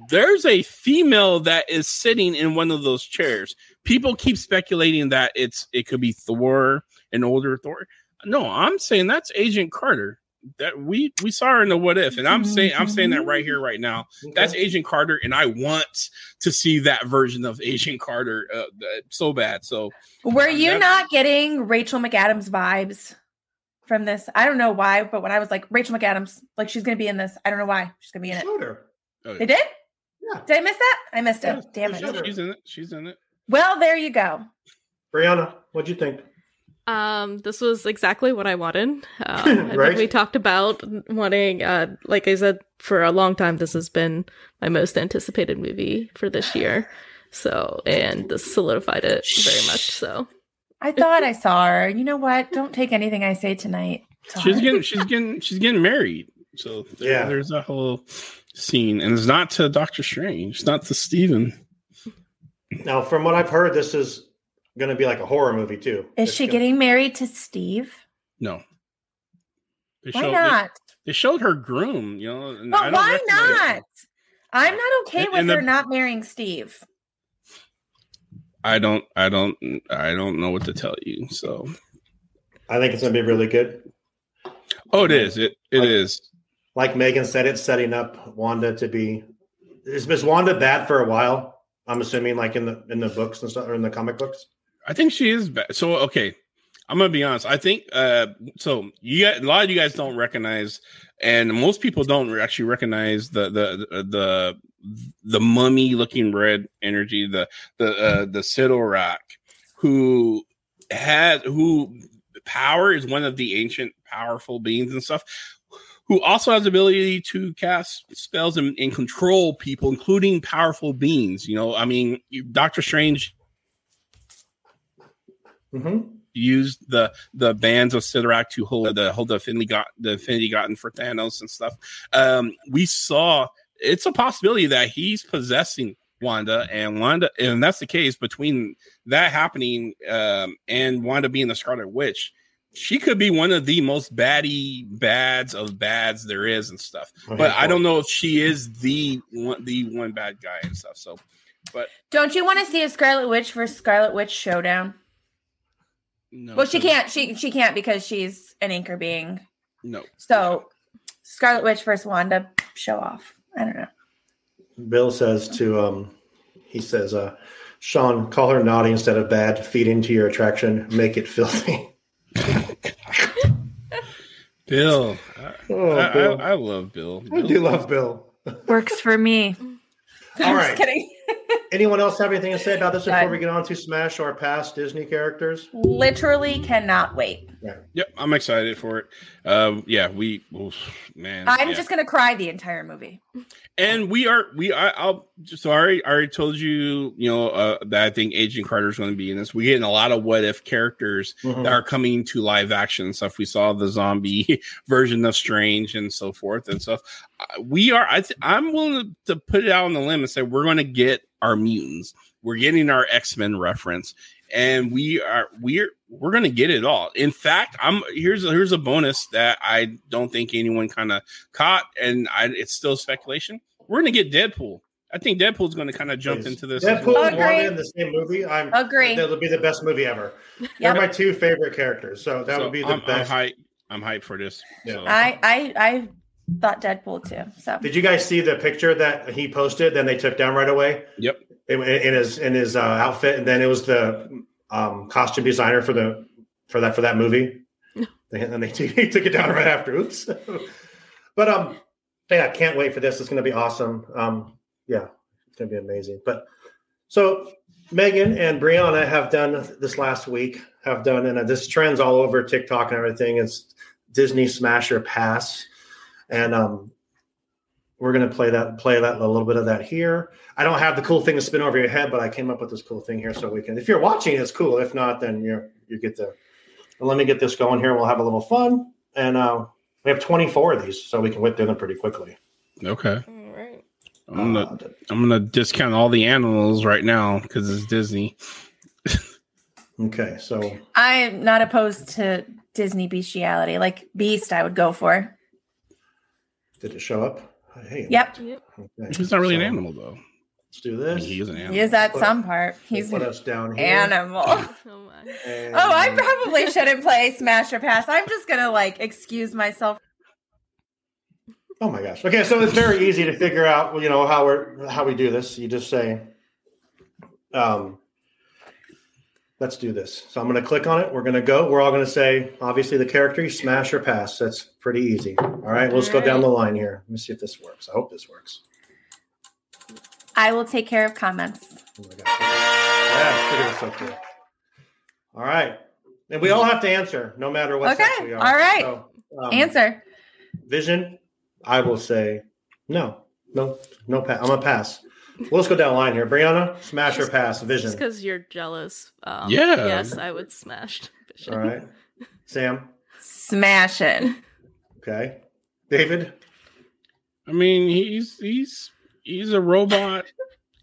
there's a female that is sitting in one of those chairs people keep speculating that it's it could be thor an older thor no i'm saying that's agent carter that we we saw her in the what if and i'm saying i'm saying that right here right now that's agent carter and i want to see that version of agent carter uh, th- so bad so
Were
um,
you
that's-
not getting Rachel McAdams vibes from this? I don't know why, but when I was like Rachel McAdams, like she's gonna be in this. I don't know why she's gonna be in it.
Oh, yeah.
They did? Did I miss that? I missed it. Damn
She's-
it.
she's in it she's in it
Well, there you go.
Brianna, what'd you think?
Um, this was exactly what I wanted. Um, I
Right?
think we talked about wanting, uh, like I said, for a long time, this has been my most anticipated movie for this year. So, and this solidified it very much. So,
I thought I saw her. You know what? Don't take anything I say tonight.
she's getting she's getting she's getting married so there-
Yeah.
there's that whole scene and it's not to doctor strange it's not to steven
Now, from what I've heard, this is going to be like a horror movie too.
Is she getting married to Steve?
no They
Why
showed,
not?
They, they showed her groom, you know. and I
But
don't
why
recognize her.
not? I'm not okay
In-
with
in the-
her not marrying Steve.
I don't, I don't, I don't know what to tell you. So,
I think it's going to be really good.
Oh, it is. It it is.
Like Megan said, it's setting up Wanda to be. Is Miss Wanda bad for a while? I'm assuming, like in the in the books and stuff, or in the comic books.
I think she is bad. So okay, I'm gonna be honest. I think uh so you got a lot of you guys don't recognize, and most people don't re- actually recognize the the the the, the mummy looking red energy, the the uh, the Siddle Rock, who had who power is one of the ancient powerful beings and stuff. Who also has the ability to cast spells and, and control people, including powerful beings. You know, I mean, you- Doctor Strange
Mm-hmm.
used the the bands of Sidorak to hold the hold the affinity got the affinity gotten for Thanos and stuff. Um, we saw it's a possibility that he's possessing Wanda and Wanda, and that's the case between that happening um, and Wanda being the Scarlet Witch. She could be one of the most baddie bads of bads there is and stuff,
Oh,
but
yeah.
I don't know if she is the one, the one bad guy and stuff. So, but
Don't you want to see a Scarlet Witch versus Scarlet Witch showdown?
no,
well, she can't. She she can't because she's an anchor being.
No,
So Scarlet Witch versus Wanda show off. I don't know.
Bill says to um, he says, uh, Sean, call her naughty instead of bad. Feed into your attraction, make it filthy.
Bill, I,
Oh,
I- I-
Bill.
I love Bill.
I do love Bill.
Works for me.
All right. Anyone else have anything to say about this before we get on to Smash or past Disney characters?
Literally cannot wait.
Yep, I'm excited for it. Um, yeah, we oof, man.
I'm
yeah.
just gonna cry the entire movie.
and we are we. I, I'll sorry. I already told you. You know uh, that I think Agent Carter's going to be in this. We're getting a lot of what if characters
Mhm.
that are coming to live action and stuff. We saw the zombie version of Strange and so forth and stuff. Uh, We are. I th- I'm willing to put it out on the limb and say we're going to get our mutants. We're getting our X Men reference, and we are we're we're going to get it all. In fact, I'm here's a, here's a bonus that I don't think anyone kind of caught, and I, it's still speculation. We're going to get Deadpool. I think Deadpool's going to kind of jump into this. as
Deadpool and
well.
Wanda in the same movie. I'm
Agree.
That'll be the best movie ever. They're my two favorite characters, so that
So
would be the
I'm,
best.
I'm hype. I'm hyped for this. So.
I I I thought Deadpool too. So
Did you guys see the picture that he posted? Then they took down right away.
Yep.
In, in his in his uh, outfit, and then it was the um, costume designer for the for that for that movie. They- and they he took it down right after. Oops. but um, yeah, I can't wait for this. It's going to be awesome. Um, yeah, it's going to be amazing. But so Megan and Brianna have done this last week. Have done and uh, this trends all over TikTok and everything. It's Disney Smasher Pass, and um, we're gonna play that play that a little bit of that here. I don't have the cool thing to spin over your head, but I came up with this cool thing here so we can. If you're watching, it's cool. If not, then you you get the. Well, let me get this going here. We'll have a little fun, and uh, we have 24 of these, so we can whip through them pretty quickly.
Okay. I'm
Uh,
gonna I'm gonna discount all the animals right now because it's Disney.
okay, so
I'm not opposed to Disney bestiality. Like Beast, I would go for.
Did it show up? Hey.
Yep.
Okay,
He's not really an
so
animal though.
Let's do this.
He is an animal.
He is at
Put-
some part. He's
put
an
us down here.
animal. Oh,
And-
I probably shouldn't play Smash or Pass. I'm just gonna like excuse myself.
Oh my gosh. Okay, so it's very easy to figure out, you know, how we're how we do this. You just say, um, let's do this. So I'm gonna click on it. We're gonna go. We're all gonna say obviously the character, you smash or pass. That's pretty easy. All right, let's go down the line here. Let me see if this works. I hope this works.
I will take care of comments.
Oh Yeah, it's pretty good so far. All right. And we all have to answer, no matter what
Okay,
sex we are.
all right.
um,
Answer.
Vision, I will say no, no, no. Pass. I'm gonna pass. Well, let's go down the line here. Brianna, smash or pass?
Just
Vision.
because you're jealous. Um,
Yeah.
Yes, I would smash. Vision.
All right. Sam.
Smash it.
Okay. David.
I mean, he's he's he's a robot,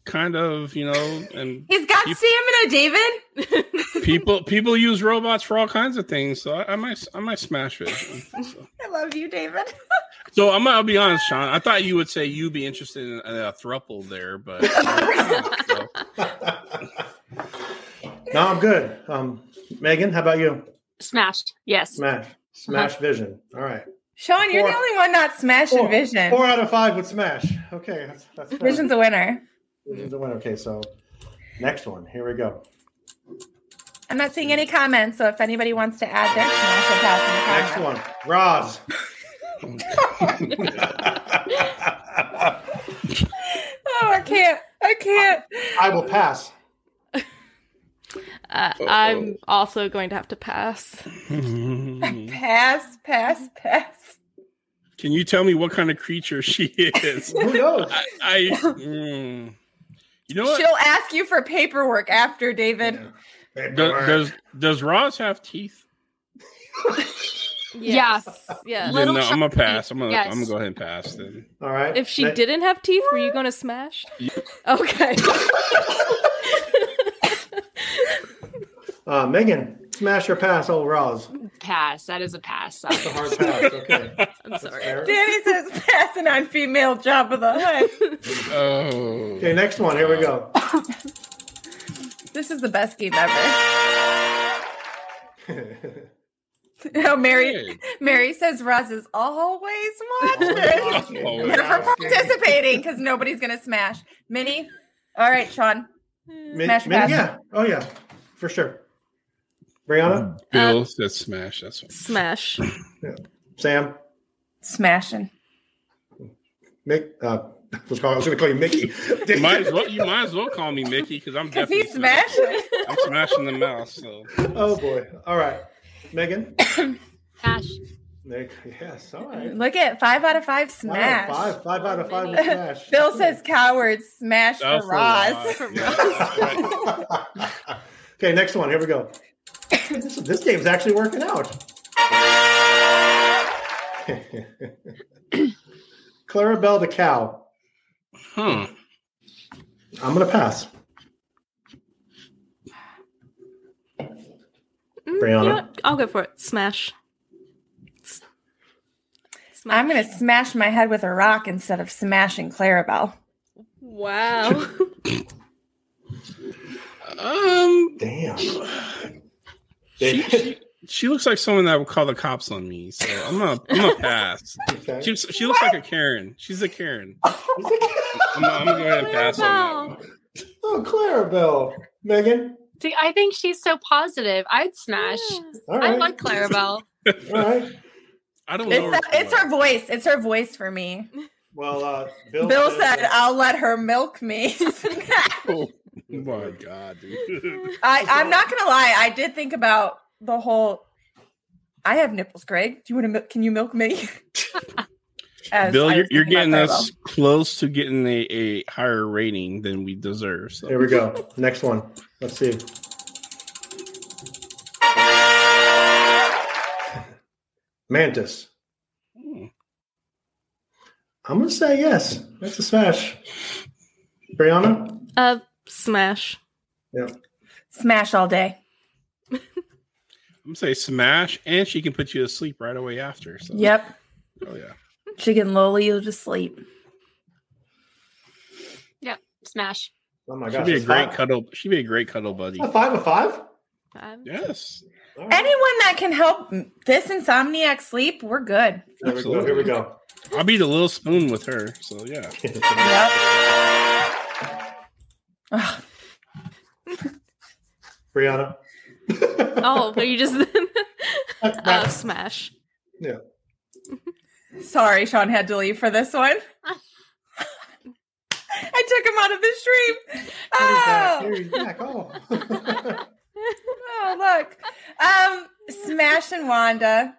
kind of, you know, and
He's got stamina, David.
people people use robots for all kinds of things. So I, I might I might smash it.
I love of you, David.
So I'm gonna be honest, Sean. I thought you would say you'd be interested in uh, a thruple there, but
No, I'm good. Um, Megan, how about you?
Smashed. Yes.
Smash, smash vision. All right.
Sean, you're
Four-
the only one not smashing
four-
Uh-huh. Vision.
Four out of five would smash. Okay, that's that's fair.
Vision's a winner.
Vision's a winner. Okay, so next one. Here we go.
I'm not seeing any comments, so if anybody wants to add their smash or pass in the comments.
Next one. Roz.
Oh, I can't. I can't.
I will pass.
Uh, I'm also going to have to pass.
Can
Pass, pass, pass.
you tell me what kind of creature she is?
Who knows?
I, I mm. you know what?
She'll ask you for paperwork after, David.
Do- does does Roz have teeth?
Yes.
Then
Yes.
no, I'm gonna pass. I'm gonna
Yes.
I'm gonna go ahead and pass then.
All right.
If she didn't have teeth, were you going to smash? Okay.
Uh, Megan, smash or pass, old Roz.
Pass. That is a pass. Sorry. I'm sorry.
Danny says passing on female job of the hood.
Oh.
Okay, next one. Here we go.
This is the best game ever. Oh, Mary Mary says Roz is always
Oh,
watching.
Always
Never participating because nobody's gonna smash. Minnie. All right, Sean.
Mi-
Smash
Min-
pass.
yeah. Oh yeah. For sure. Brianna,
Um,
Bill says smash. That's what.
Smash. Mm,
Sam,
Smashing.
Mick. Uh, I was, calling, I was going to call you Mickey.
You might as well. You might as well call me Mickey because I'm
Because
definitely
he's smashing.
I'm smashing the mouse. So
Oh boy. All right, Megan.
Smash.
There- Yes. All right.
Look at five out of five smash.
Five, five out of five. Smash.
Bill says cowards smash
Oh,
for
for
Roz.
Roz, Okay, next one. Here we go. this, this game's actually working out. Clarabelle the cow.
Hmm.
I'm gonna pass. Brianna.
You know what? I'll go for it. Smash.
I'm gonna smash my head with a rock instead of smashing Clarabelle.
Wow.
Um.
Damn.
She, she, she looks like someone that would call the cops on me. So I'm gonna I'm gonna pass.
Okay.
She, she looks like a Karen. She's a Karen. I'm, gonna- I'm gonna go ahead and pass on
Wow.
Oh, Clarabelle. Megan.
See, I think she's so positive. I'd smash.
All
I
right.
like Clarabelle.
that.
All right.
I don't know.
It's, it's her voice. It's her voice for me.
Well, uh,
Bill,
Bill,
said, "I'll let her milk me."
Oh my god, dude.
I, I'm not gonna lie. I did think about the whole. I have nipples, Greg. Do you want to? Mil- can you milk me? As
Bill,
I
you're,
was
you're
thinking about
getting us
Clarabelle.
close to getting a, a higher rating than we deserve. So
Here we go. Next one. Let's see. Mantis. I'm gonna say yes. That's a smash. Brianna.
uh, smash.
Yeah.
Smash all day.
I'm gonna say smash, and she can put you to sleep right away after. So
Yep,
oh yeah.
she can lull you to sleep.
Yep. Smash.
Oh my
She'd
gosh.
be a
it's
great
five.
cuddle. She'd be a great cuddle buddy.
A five of five.
Yes.
Anyone that can help this insomniac sleep, we're good.
There we go. Here we go.
I'll be the little spoon with her. So yeah.
Brianna.
Oh, but you just uh, smash.
Yeah.
Sorry, Sean had to leave for this one. I took him out of the stream. Oh, oh look. Um, Smash and Wanda.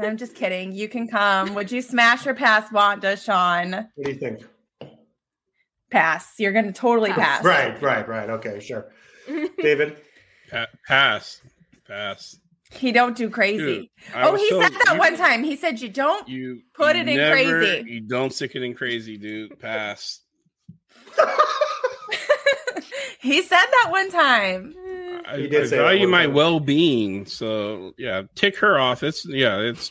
I'm just kidding. You can come. Would you smash or pass Wanda, Sean?
What do you think?
Pass. You're going to totally pass.
Right, right, right. Okay, sure. David.
Pa- pass. Pass.
He don't do crazy.
Dude, I
oh,
was
he
so-
said that
you-
one time. He said you don't
You
put
you
it in
never-
crazy.
You don't stick it in crazy, dude. Pass.
He said that one time.
I I,
You did
I
say that
value
one
my
time.
well being. So yeah, tick her off. It's yeah, it's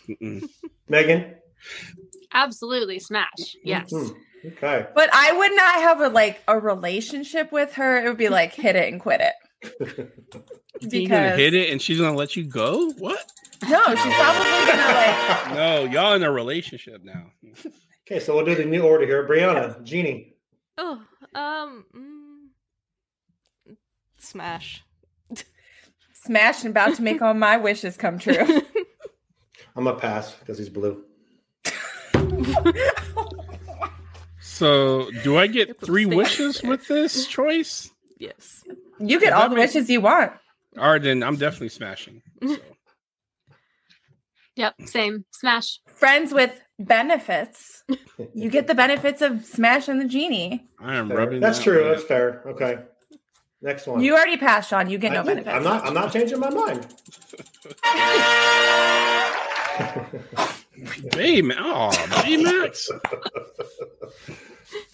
Megan. Hmm,
Absolutely smash. Yes.
Okay.
But I would not have a like a relationship with her. It would be like hit it and quit it.
You're gonna
Because
hit it and she's gonna let you go? What?
no, she's probably gonna like
No, y'all in a relationship now.
Okay, so we'll do the new order here. Brianna, Jeannie.
Oh, um, mm, smash.
smashed and about to make all my wishes come true.
I'm gonna pass because he's blue.
So do I get three wishes with this choice?
Yes.
Uh,
You get all the wishes you want.
Or then I'm definitely smashing.
Yep. Same. Smash.
Friends with benefits. You get the benefits of Smash and the Genie.
I am
Fair.
rubbing
That's
that
true.
one
That's fair. Okay. Next one.
You already passed, Sean. You get
I
no
did.
benefits.
I'm not I'm not changing my mind.
Hey man. Oh, hey, Max.
Did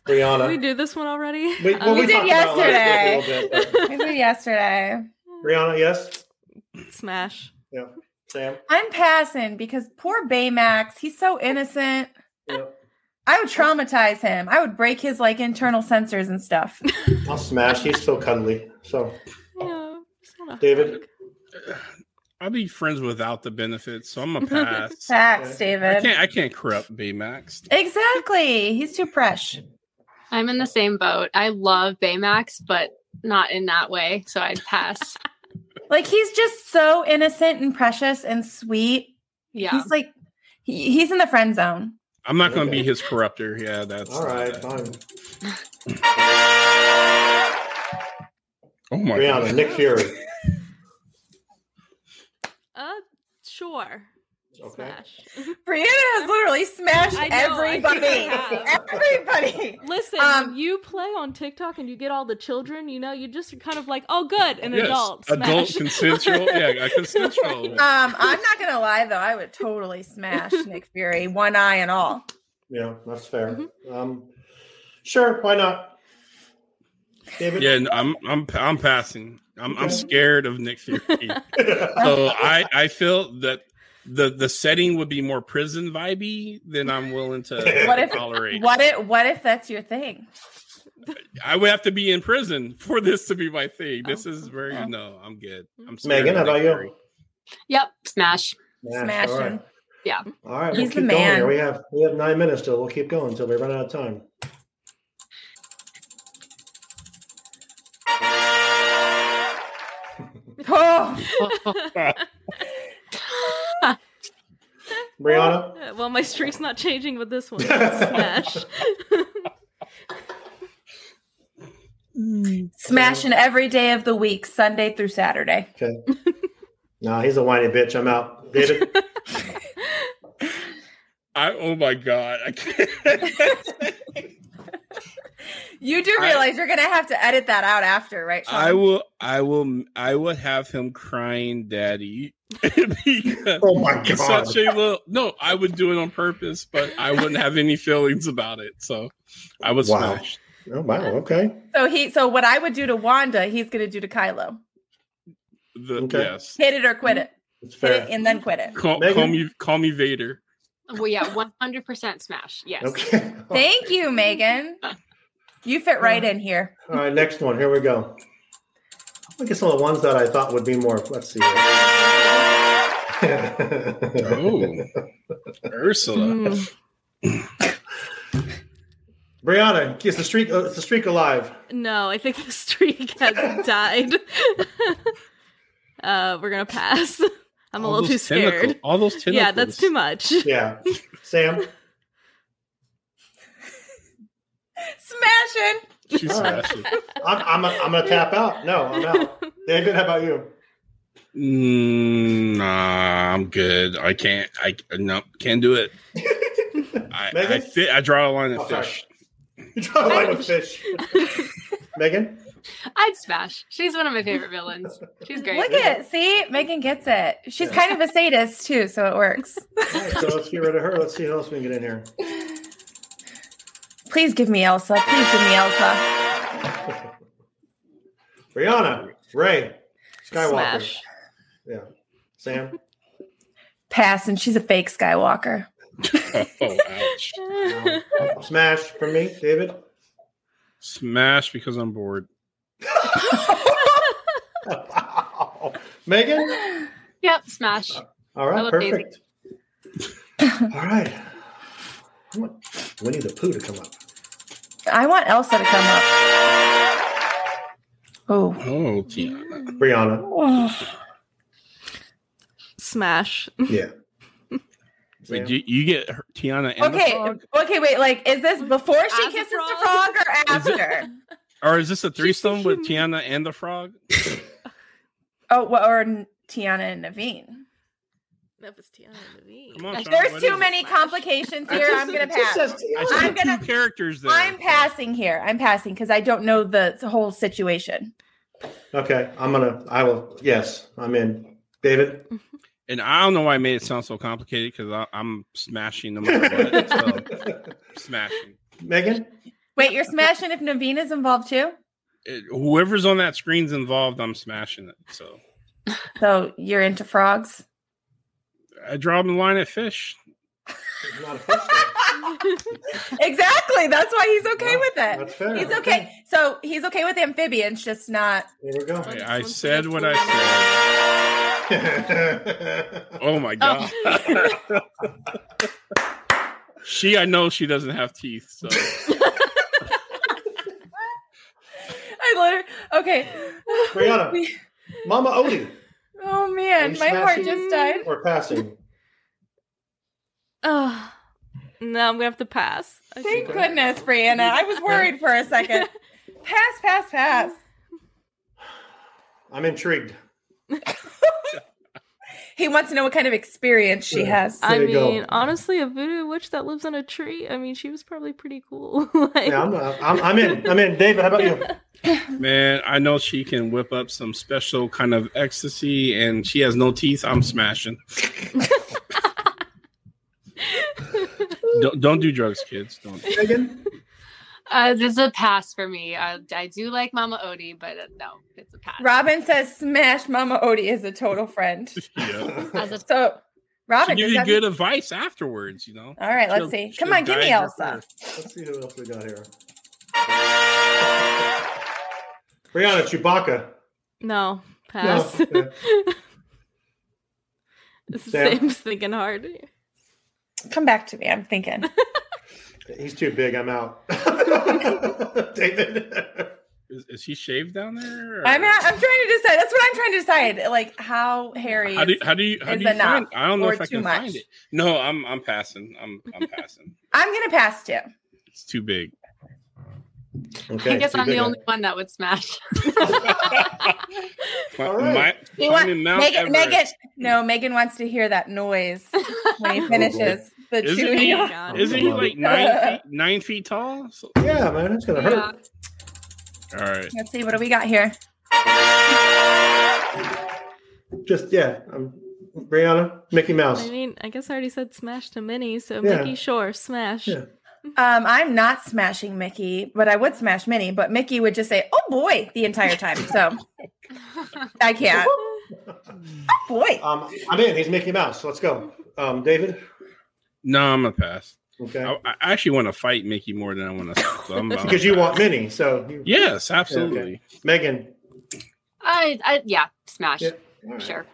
we
Brianna.
do this one already?
We- well,
we
we
did
talked about it a
yesterday.
little bit,
we did yesterday.
Brianna, yes?
Smash.
Yeah. Sam.
I'm passing because poor Baymax, he's so innocent. I would traumatize him. I would break his like internal sensors and stuff.
I'll smash. He's so cuddly. So
Yeah.
David.
I'll be friends without the benefits, so I'm a pass.
Facts,
I
David.
can't I can't corrupt Baymax.
Exactly. He's too fresh.
I'm in the same boat. I love Baymax, but not in that way. So I'd pass.
Like he's just so innocent and precious and sweet.
Yeah.
He's like he, he's in the friend zone.
I'm not gonna be his corruptor. Yeah, that's
All right, fine.
Oh my
Brianna,
God.
Nick Fury.
Uh, sure. Smash.
Brianna has literally smashed
I know, I
everybody.
have.
Everybody.
Listen, when you play on TikTok and you get all the children, you know, you just kind of like, oh, good, an
Yes,
adult.
adult
smash.
consensual. Yeah, a consensual.
Um, I'm not gonna lie though, I would totally smash Nick Fury, one eye and all.
Yeah, that's fair. Um sure, why not? David.
Yeah, no, I'm I'm I'm passing. I'm I'm
Okay.
scared of Nick Fury. so I I feel that the the setting would be more prison vibey than I'm willing to
What if
tolerate.
what if what if that's your thing?
I would have to be in prison for this to be my thing. This
Oh,
is very no. I'm good. I'm scared
Megan,
of
how about
Nick Fury.
you?
Yep. Smash.
Smash, all right. Smashing.
Yeah.
All right,
He's
we'll
the
keep going
man.
here. We have we have nine minutes still. We'll keep going until we run out of time.
Oh.
Brianna?
Uh, Well, my streak's not changing with this one. Smash.
Smashing every day of the week, Sunday through Saturday.
Okay. no, he's a whiny bitch. I'm out. David.
I oh my god. I can't.
You do
I-
realize you're gonna have to edit that out after, right? Sean?
I will. I will. I would have him crying, "Daddy." oh
my God.
Such a little. No, I would do it on purpose, but I wouldn't have any feelings about it. So I was
Wow.
smashed.
Oh wow, okay.
So he so what I would do to Wanda, he's gonna do to Kylo.
The, Yes.
Hit it or quit it.
It's
Hit
fair.
it and then quit it.
Call,
Megan?
call me. Call me Vader.
Well, yeah, 100% smash. Yes.
Okay.
Thank you, Megan. You fit right in here.
All right, next one. Here we go. I think it's one of the ones that I thought would be more. Let's see.
oh,
Hmm,
Ursula.
Brianna, is the streak? Uh, is the streak alive?
no, I think the streak has died. uh, we're gonna pass. I'm a
All
little too
those
scared.
tentacle- all those
Yeah, that's
tentacles.
too much.
Yeah, Sam.
Smashing.
She's
All right.
smashing.
I'm, I'm, I'm gonna tap out. No, I'm out. David, how about you?
Mm, nah, I'm good. I can't. I no. Can't do it. I, I, fit, I draw a line of
Oh, sorry.
fish.
You draw a line with fish. Megan.
I'd smash. She's one of my favorite villains. She's great.
Look at see, Megan gets it. She's kind of a sadist too, so it works.
All right, so let's get rid of her. Let's see who else we can get in here.
Please give me Elsa. Please give me Elsa.
Brianna, Ray. Skywalker.
Smash.
Yeah. Sam?
Pass, and she's a fake Skywalker.
oh, ouch. Smash for me, David.
Smash because I'm bored.
Megan?
Yep, smash.
All right,
I love
perfect. All right. I want Winnie the Pooh to come up.
I want Elsa to come up. Oh.
Oh, Tiana.
Brianna.
Smash.
Yeah.
Wait, you, you get her, Tiana and
Okay,
the frog?
okay, wait. Like, is this before she kisses the frog or
Is it-
after?
Or is this a threesome with Tiana and the frog?
Oh, well, or N- Tiana and Naveen.
That was Tiana Levine.
Come on, Sean,
There's
Oh, what
too
is
many complications here. I'm gonna pass.
I see
I'm gonna.
two characters there.
I'm passing here. I'm passing because I don't know the, the whole situation.
Okay, I'm gonna. I will. Yes, I'm in. David.
and I don't know why I made it sound so complicated because I'm smashing them. so, smashing.
Megan?
Wait, you're smashing if Naveen is involved too.
It- whoever's on that screen's involved, I'm smashing it. So
So you're into frogs.
I draw the line at fish.
exactly. That's why he's okay with it.
that's fair.
He's okay. So he's okay with amphibians, just not.
There we go.
I said what I said. oh my god. she, I know she doesn't have teeth. So
I literally okay.
Brianna.
We-
Mama Odie.
oh man, my heart
Smashing
just died.
Or passing.
Oh, no, I'm gonna have to pass. I
Thank
think.
goodness, Brianna. I was worried for a second. Pass, pass, pass.
I'm intrigued.
He wants to know what kind of experience she has.
I mean, honestly, a voodoo witch that lives in a tree. I mean, she was probably pretty cool. like,
Yeah, I'm, uh, I'm, I'm in. I'm in. David, how about you?
man, I know she can whip up some special kind of ecstasy and she has no teeth. I'm smashing. don't don't do drugs, kids. Don't
Megan?
Uh, this is a pass for me. I, I do like Mama Odie, but uh, no, it's a pass.
Robin says, "Smash, Mama Odie is a total friend."
yeah.
so,
She
Robin,
give
does
you
that-
good advice afterwards, you know.
All right, let's
She'll-
see.
she'll
Come on, give me
guide you
Elsa.
Let's see who else we got here. Brianna Chewbacca.
no, pass.
No, okay.
this is
Sam?
Sam's thinking hard.
Come back to me. I'm thinking.
He's too big. I'm out. David.
Is, is he shaved down there? or-
I'm not, I'm trying to decide. That's what I'm trying to decide. Like how hairy.
How do
is-
how do you how
is
do you
enough
find? I don't know
or
if I
too
can
much?
find it. No, I'm I'm passing. I'm I'm passing.
I'm gonna pass too.
It's too big.
I guess I'm the only one that would smash.
My,
All right.
my-
You
I'm
want
in Mount
Megan?
Everest. Hmm.
Megan? No, Megan wants to hear that noise
Oh,
when he finishes the
Isn't he,
chewing.
isn't he like nine feet, nine feet tall? So-
Yeah, man, it's gonna hurt.
All right.
Let's see. What do we got here?
Just yeah. I'm Brianna. Mickey Mouse.
I mean, I guess I already said smash to Minnie, so
Yeah.
Mickey Shore, smash.
Um, I'm not smashing Mickey, but I would smash Minnie. But Mickey would just say, "Oh boy," the entire time. So I can't. Oh, Boy.
Um, I'm in. He's Mickey Mouse. Let's go. Um, David.
No, I'm a pass.
Okay.
I, I actually want to fight Mickey more than I want to. So I'm about-
Because you want Minnie, so you-
Yes, absolutely.
Megan.
I, I yeah, smash. Sure.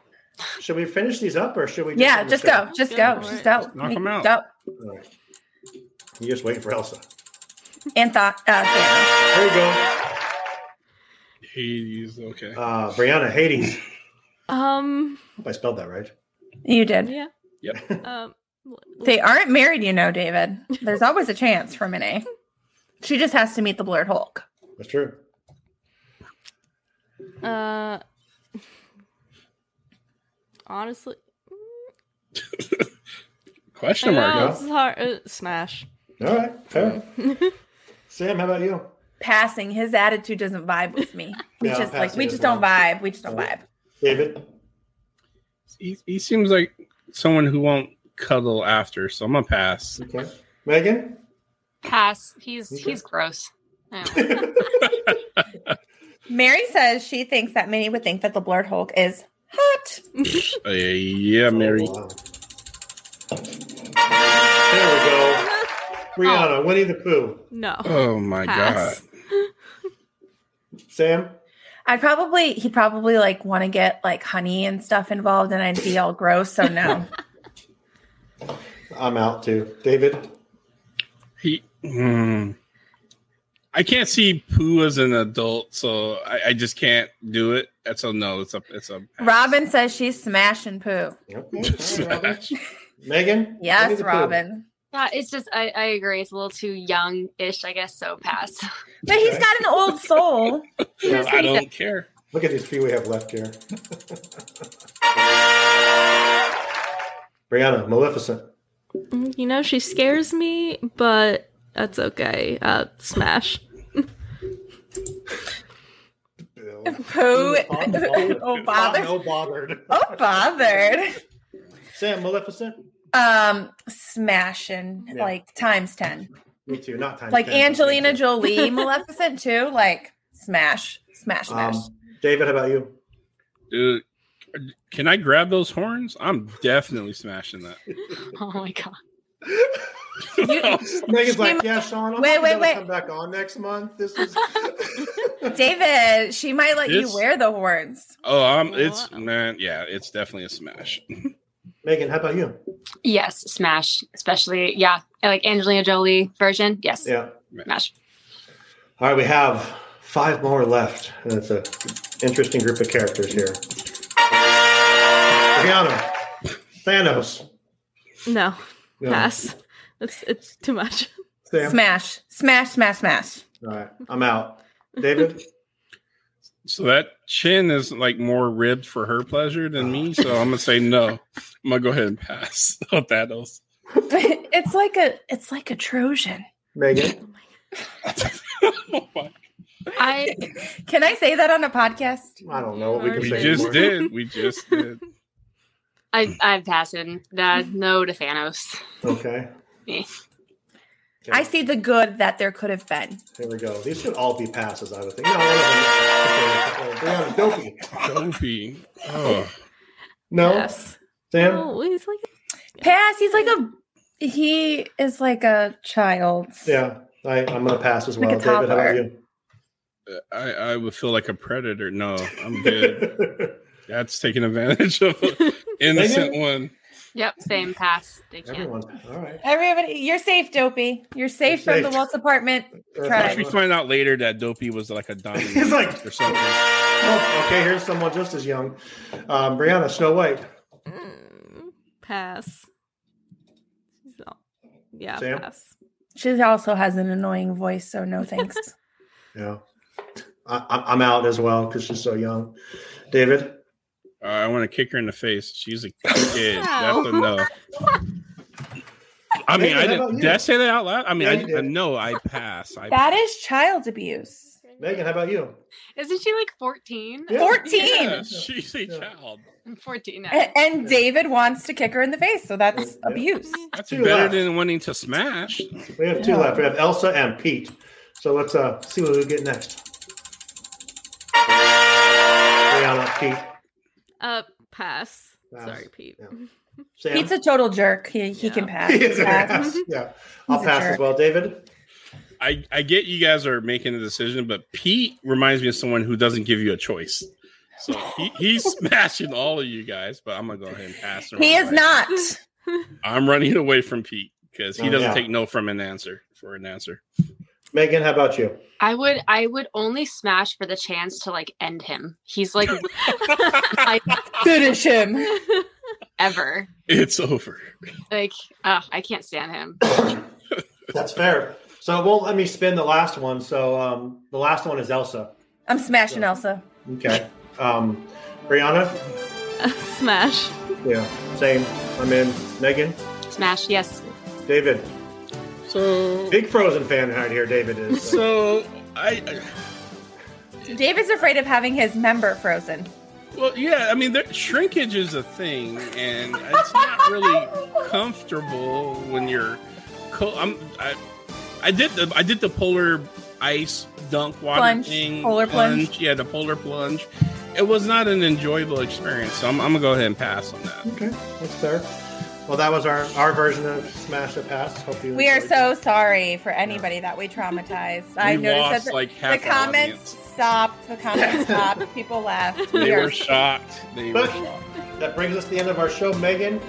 Should we finish these up, or should we?
Yeah, just go. Just go. Just go.
Knock 'em out.
Go.
All right. You're just waiting for Elsa.
And thought. Uh, Thanos.
There you go.
Hades. Okay.
Uh, Brianna Hades.
Um,
Hope I spelled that right.
you did.
yeah.
Yep.
Um,
They aren't married, you know, David. There's always a chance for Minnie. She just has to meet the Blurred Hulk.
That's true.
uh, honestly,
Question
I know,
mark.
this is hard. Uh, smash.
All right. Fair. Sam, how about you?
Passing. His attitude doesn't vibe with me. We
Yeah,
just like we
passing
just don't
doesn't
vibe. We just don't vibe.
David.
He, he seems like someone who won't cuddle after, so I'm gonna pass.
Okay. Megan.
Pass. He's he's gross. I don't-
Mary says she thinks that many would think that the Blurred Hulk is hot.
Uh, yeah, Mary.
There we go.
Oh.
Rihanna, Winnie the Pooh.
No.
Oh my
Pass.
God. Sam?
I'd probably he'd probably like want to get like honey and stuff involved, and I'd be all gross. So no.
I'm out too. David?
He. hmm. I can't see Pooh as an adult, so I, I just can't do it. That's a no. It's a. It's a.
Robin says she's smashing poo.
Smash. Megan? Winnie
Yes,
the Pooh.
Robin.
Yeah, it's just I, I agree. It's a little too young-ish, I guess. So pass.
But he's got an old soul.
Yeah,
I don't care.
Look at these few we have left here. Brianna, Maleficent.
Mm, You know, she scares me, but that's okay. Uh, smash.
Pooh. oh, bothered.
No bothered.
Oh, bothered.
Sam, Maleficent.
Um, smashing
Yeah.
like times ten.
Me too. Not time.
like
ten.
Angelina Jolie, Maleficent too. Like smash, smash, smash.
Um,
David, how about you?
Dude, can I grab those horns? I'm definitely smashing that.
oh my god.
Megan's like, yeah, Sean. I'm
Wait,
not
wait,
gonna
wait.
Come back on next month. This is
David, she might let
This-
you wear the horns.
Oh, um, it's man, yeah, it's definitely a smash.
Megan, how about you?
Yes, smash. Especially, yeah, I like Angelina Jolie version. Yes.
Yeah.
Smash.
All right, we have five more left, and it's an interesting group of characters here. Brianna, Thanos.
No.
No.
Pass. It's it's too much.
Sam?
Smash, smash, smash, smash.
All right, I'm out. David,
So that chin is like more ribbed for her pleasure than me. So I'm gonna say no. I'm gonna go ahead and pass on Thanos.
it's like a, it's like a Trojan.
Megan.
I
can I say that on a podcast?
I don't know what we can
We
say.
just
anymore.
did. We just did.
I I'm passing. That no to Thanos.
Okay,
Eh.
I see the good that there could have been.
there we go. These should all be passes, I would think. No, one of them. Okay, okay. Brianna, dopey.
Dopey. Oh.
No. Sam.
No, Oh, he's like
Pass. He's like a, he is like a child.
Yeah, I, I'm going to pass as well.
Like a
David, how about
toddler.
you?
Oh, I, I would feel like a predator. No, I'm good. That's taking advantage of an innocent one.
Yep. Same pass. They can't.
All right.
Everybody, you're safe, Dopey. You're safe
You're
from
safe.
the Waltz apartment.
Watch
Try.
We find out later that Dopey was like a dominant
He's like-
or something.
Oh, okay, here's someone just as young. Um, Brianna, Snow White.
mm, pass. No. Yeah,
Sam?
pass.
She also has an annoying voice, so no thanks.
Yeah. I, I'm- I'm out as well because she's so young. David?
Uh, I want to kick her in the face. She's a kid. That's a no. I mean,
Megan, how
I
about
didn't.
you?
Did I say that out loud? I mean,
Yeah,
I,
you did.
I know I pass. I
that is child abuse.
Megan, how about you?
Isn't she like 14?
Yeah.
14.
Yeah, she's a child.
I'm 14. now.
A- And David wants to kick her in the face, so that's abuse.
That's
Two
better
left.
than wanting to smash.
We have two left. We have Elsa and Pete. So let's uh, see what we get next. Brianna, Pete,
Uh, pass.
Pass.
Sorry, Pete.
Sam.
He's a total jerk. He, he can pass.
He is a
Yeah.
pass. Yeah. I'll
He's a
pass as
jerk.
well. David?
I, I get you guys are making a decision, but Pete reminds me of someone who doesn't give you a choice. So he, he's smashing all of you guys, but I'm gonna go ahead and pass. him.
He is not.
I'm running away from Pete because he
Oh,
doesn't
yeah.
take no from an answer for an answer.
Megan, how about you?
I would I would only smash for the chance to like end him. He's like like
Finish him.
ever.
It's over.
Like uh, I can't stand him.
That's fair. So it won't let me spin the last one. So um, the last one is Elsa.
I'm smashing Elsa.
Okay. Um, Brianna?
Smash.
Yeah. Same. I'm in. Megan?
Smash, yes.
David?
So
Big Frozen fan right here, David is.
so I, I
David's afraid of having his member frozen.
Well, yeah, I mean, there, shrinkage is a thing, and it's not really comfortable when you're. Co- I'm, I, I did the I did the polar ice dunk water
Plunge.
thing,
Polar plunge.
Yeah, the polar plunge. It was not an enjoyable experience, so I'm, I'm gonna go ahead and pass on that.
Okay, that's fair. Well, that was our, our version of Smash the Pass. Hope you
We are
enjoyed it.
so sorry for anybody that we traumatized. I
We
noticed
lost,
that the,
like, half
the
our
comments stopped. The comments stopped. People laughed.
They
We are
were shocked. They were
But that brings us to the end of our show. Megan,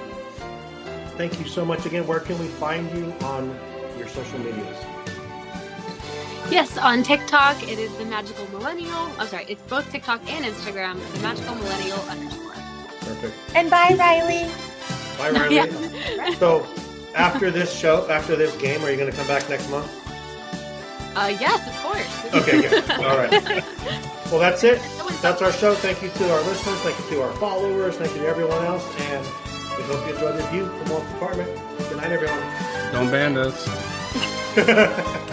thank you so much again. Where can we find you on your social medias?
Yes, on TikTok, it is the magical millennial. I'm sorry, it's both TikTok and Instagram, the magical millennial underscore.
Perfect.
And bye, Riley.
Bye, Riley.
Yeah.
So, after this show, after this game, are you going to come back next month?
Uh, yes, of course.
Okay, good. All right. Well, that's it. That's our show. Thank you to our listeners. Thank you to our followers. Thank you to everyone else. And we hope you enjoyed the view from Walt's apartment. Good night, everyone.
don't ban us.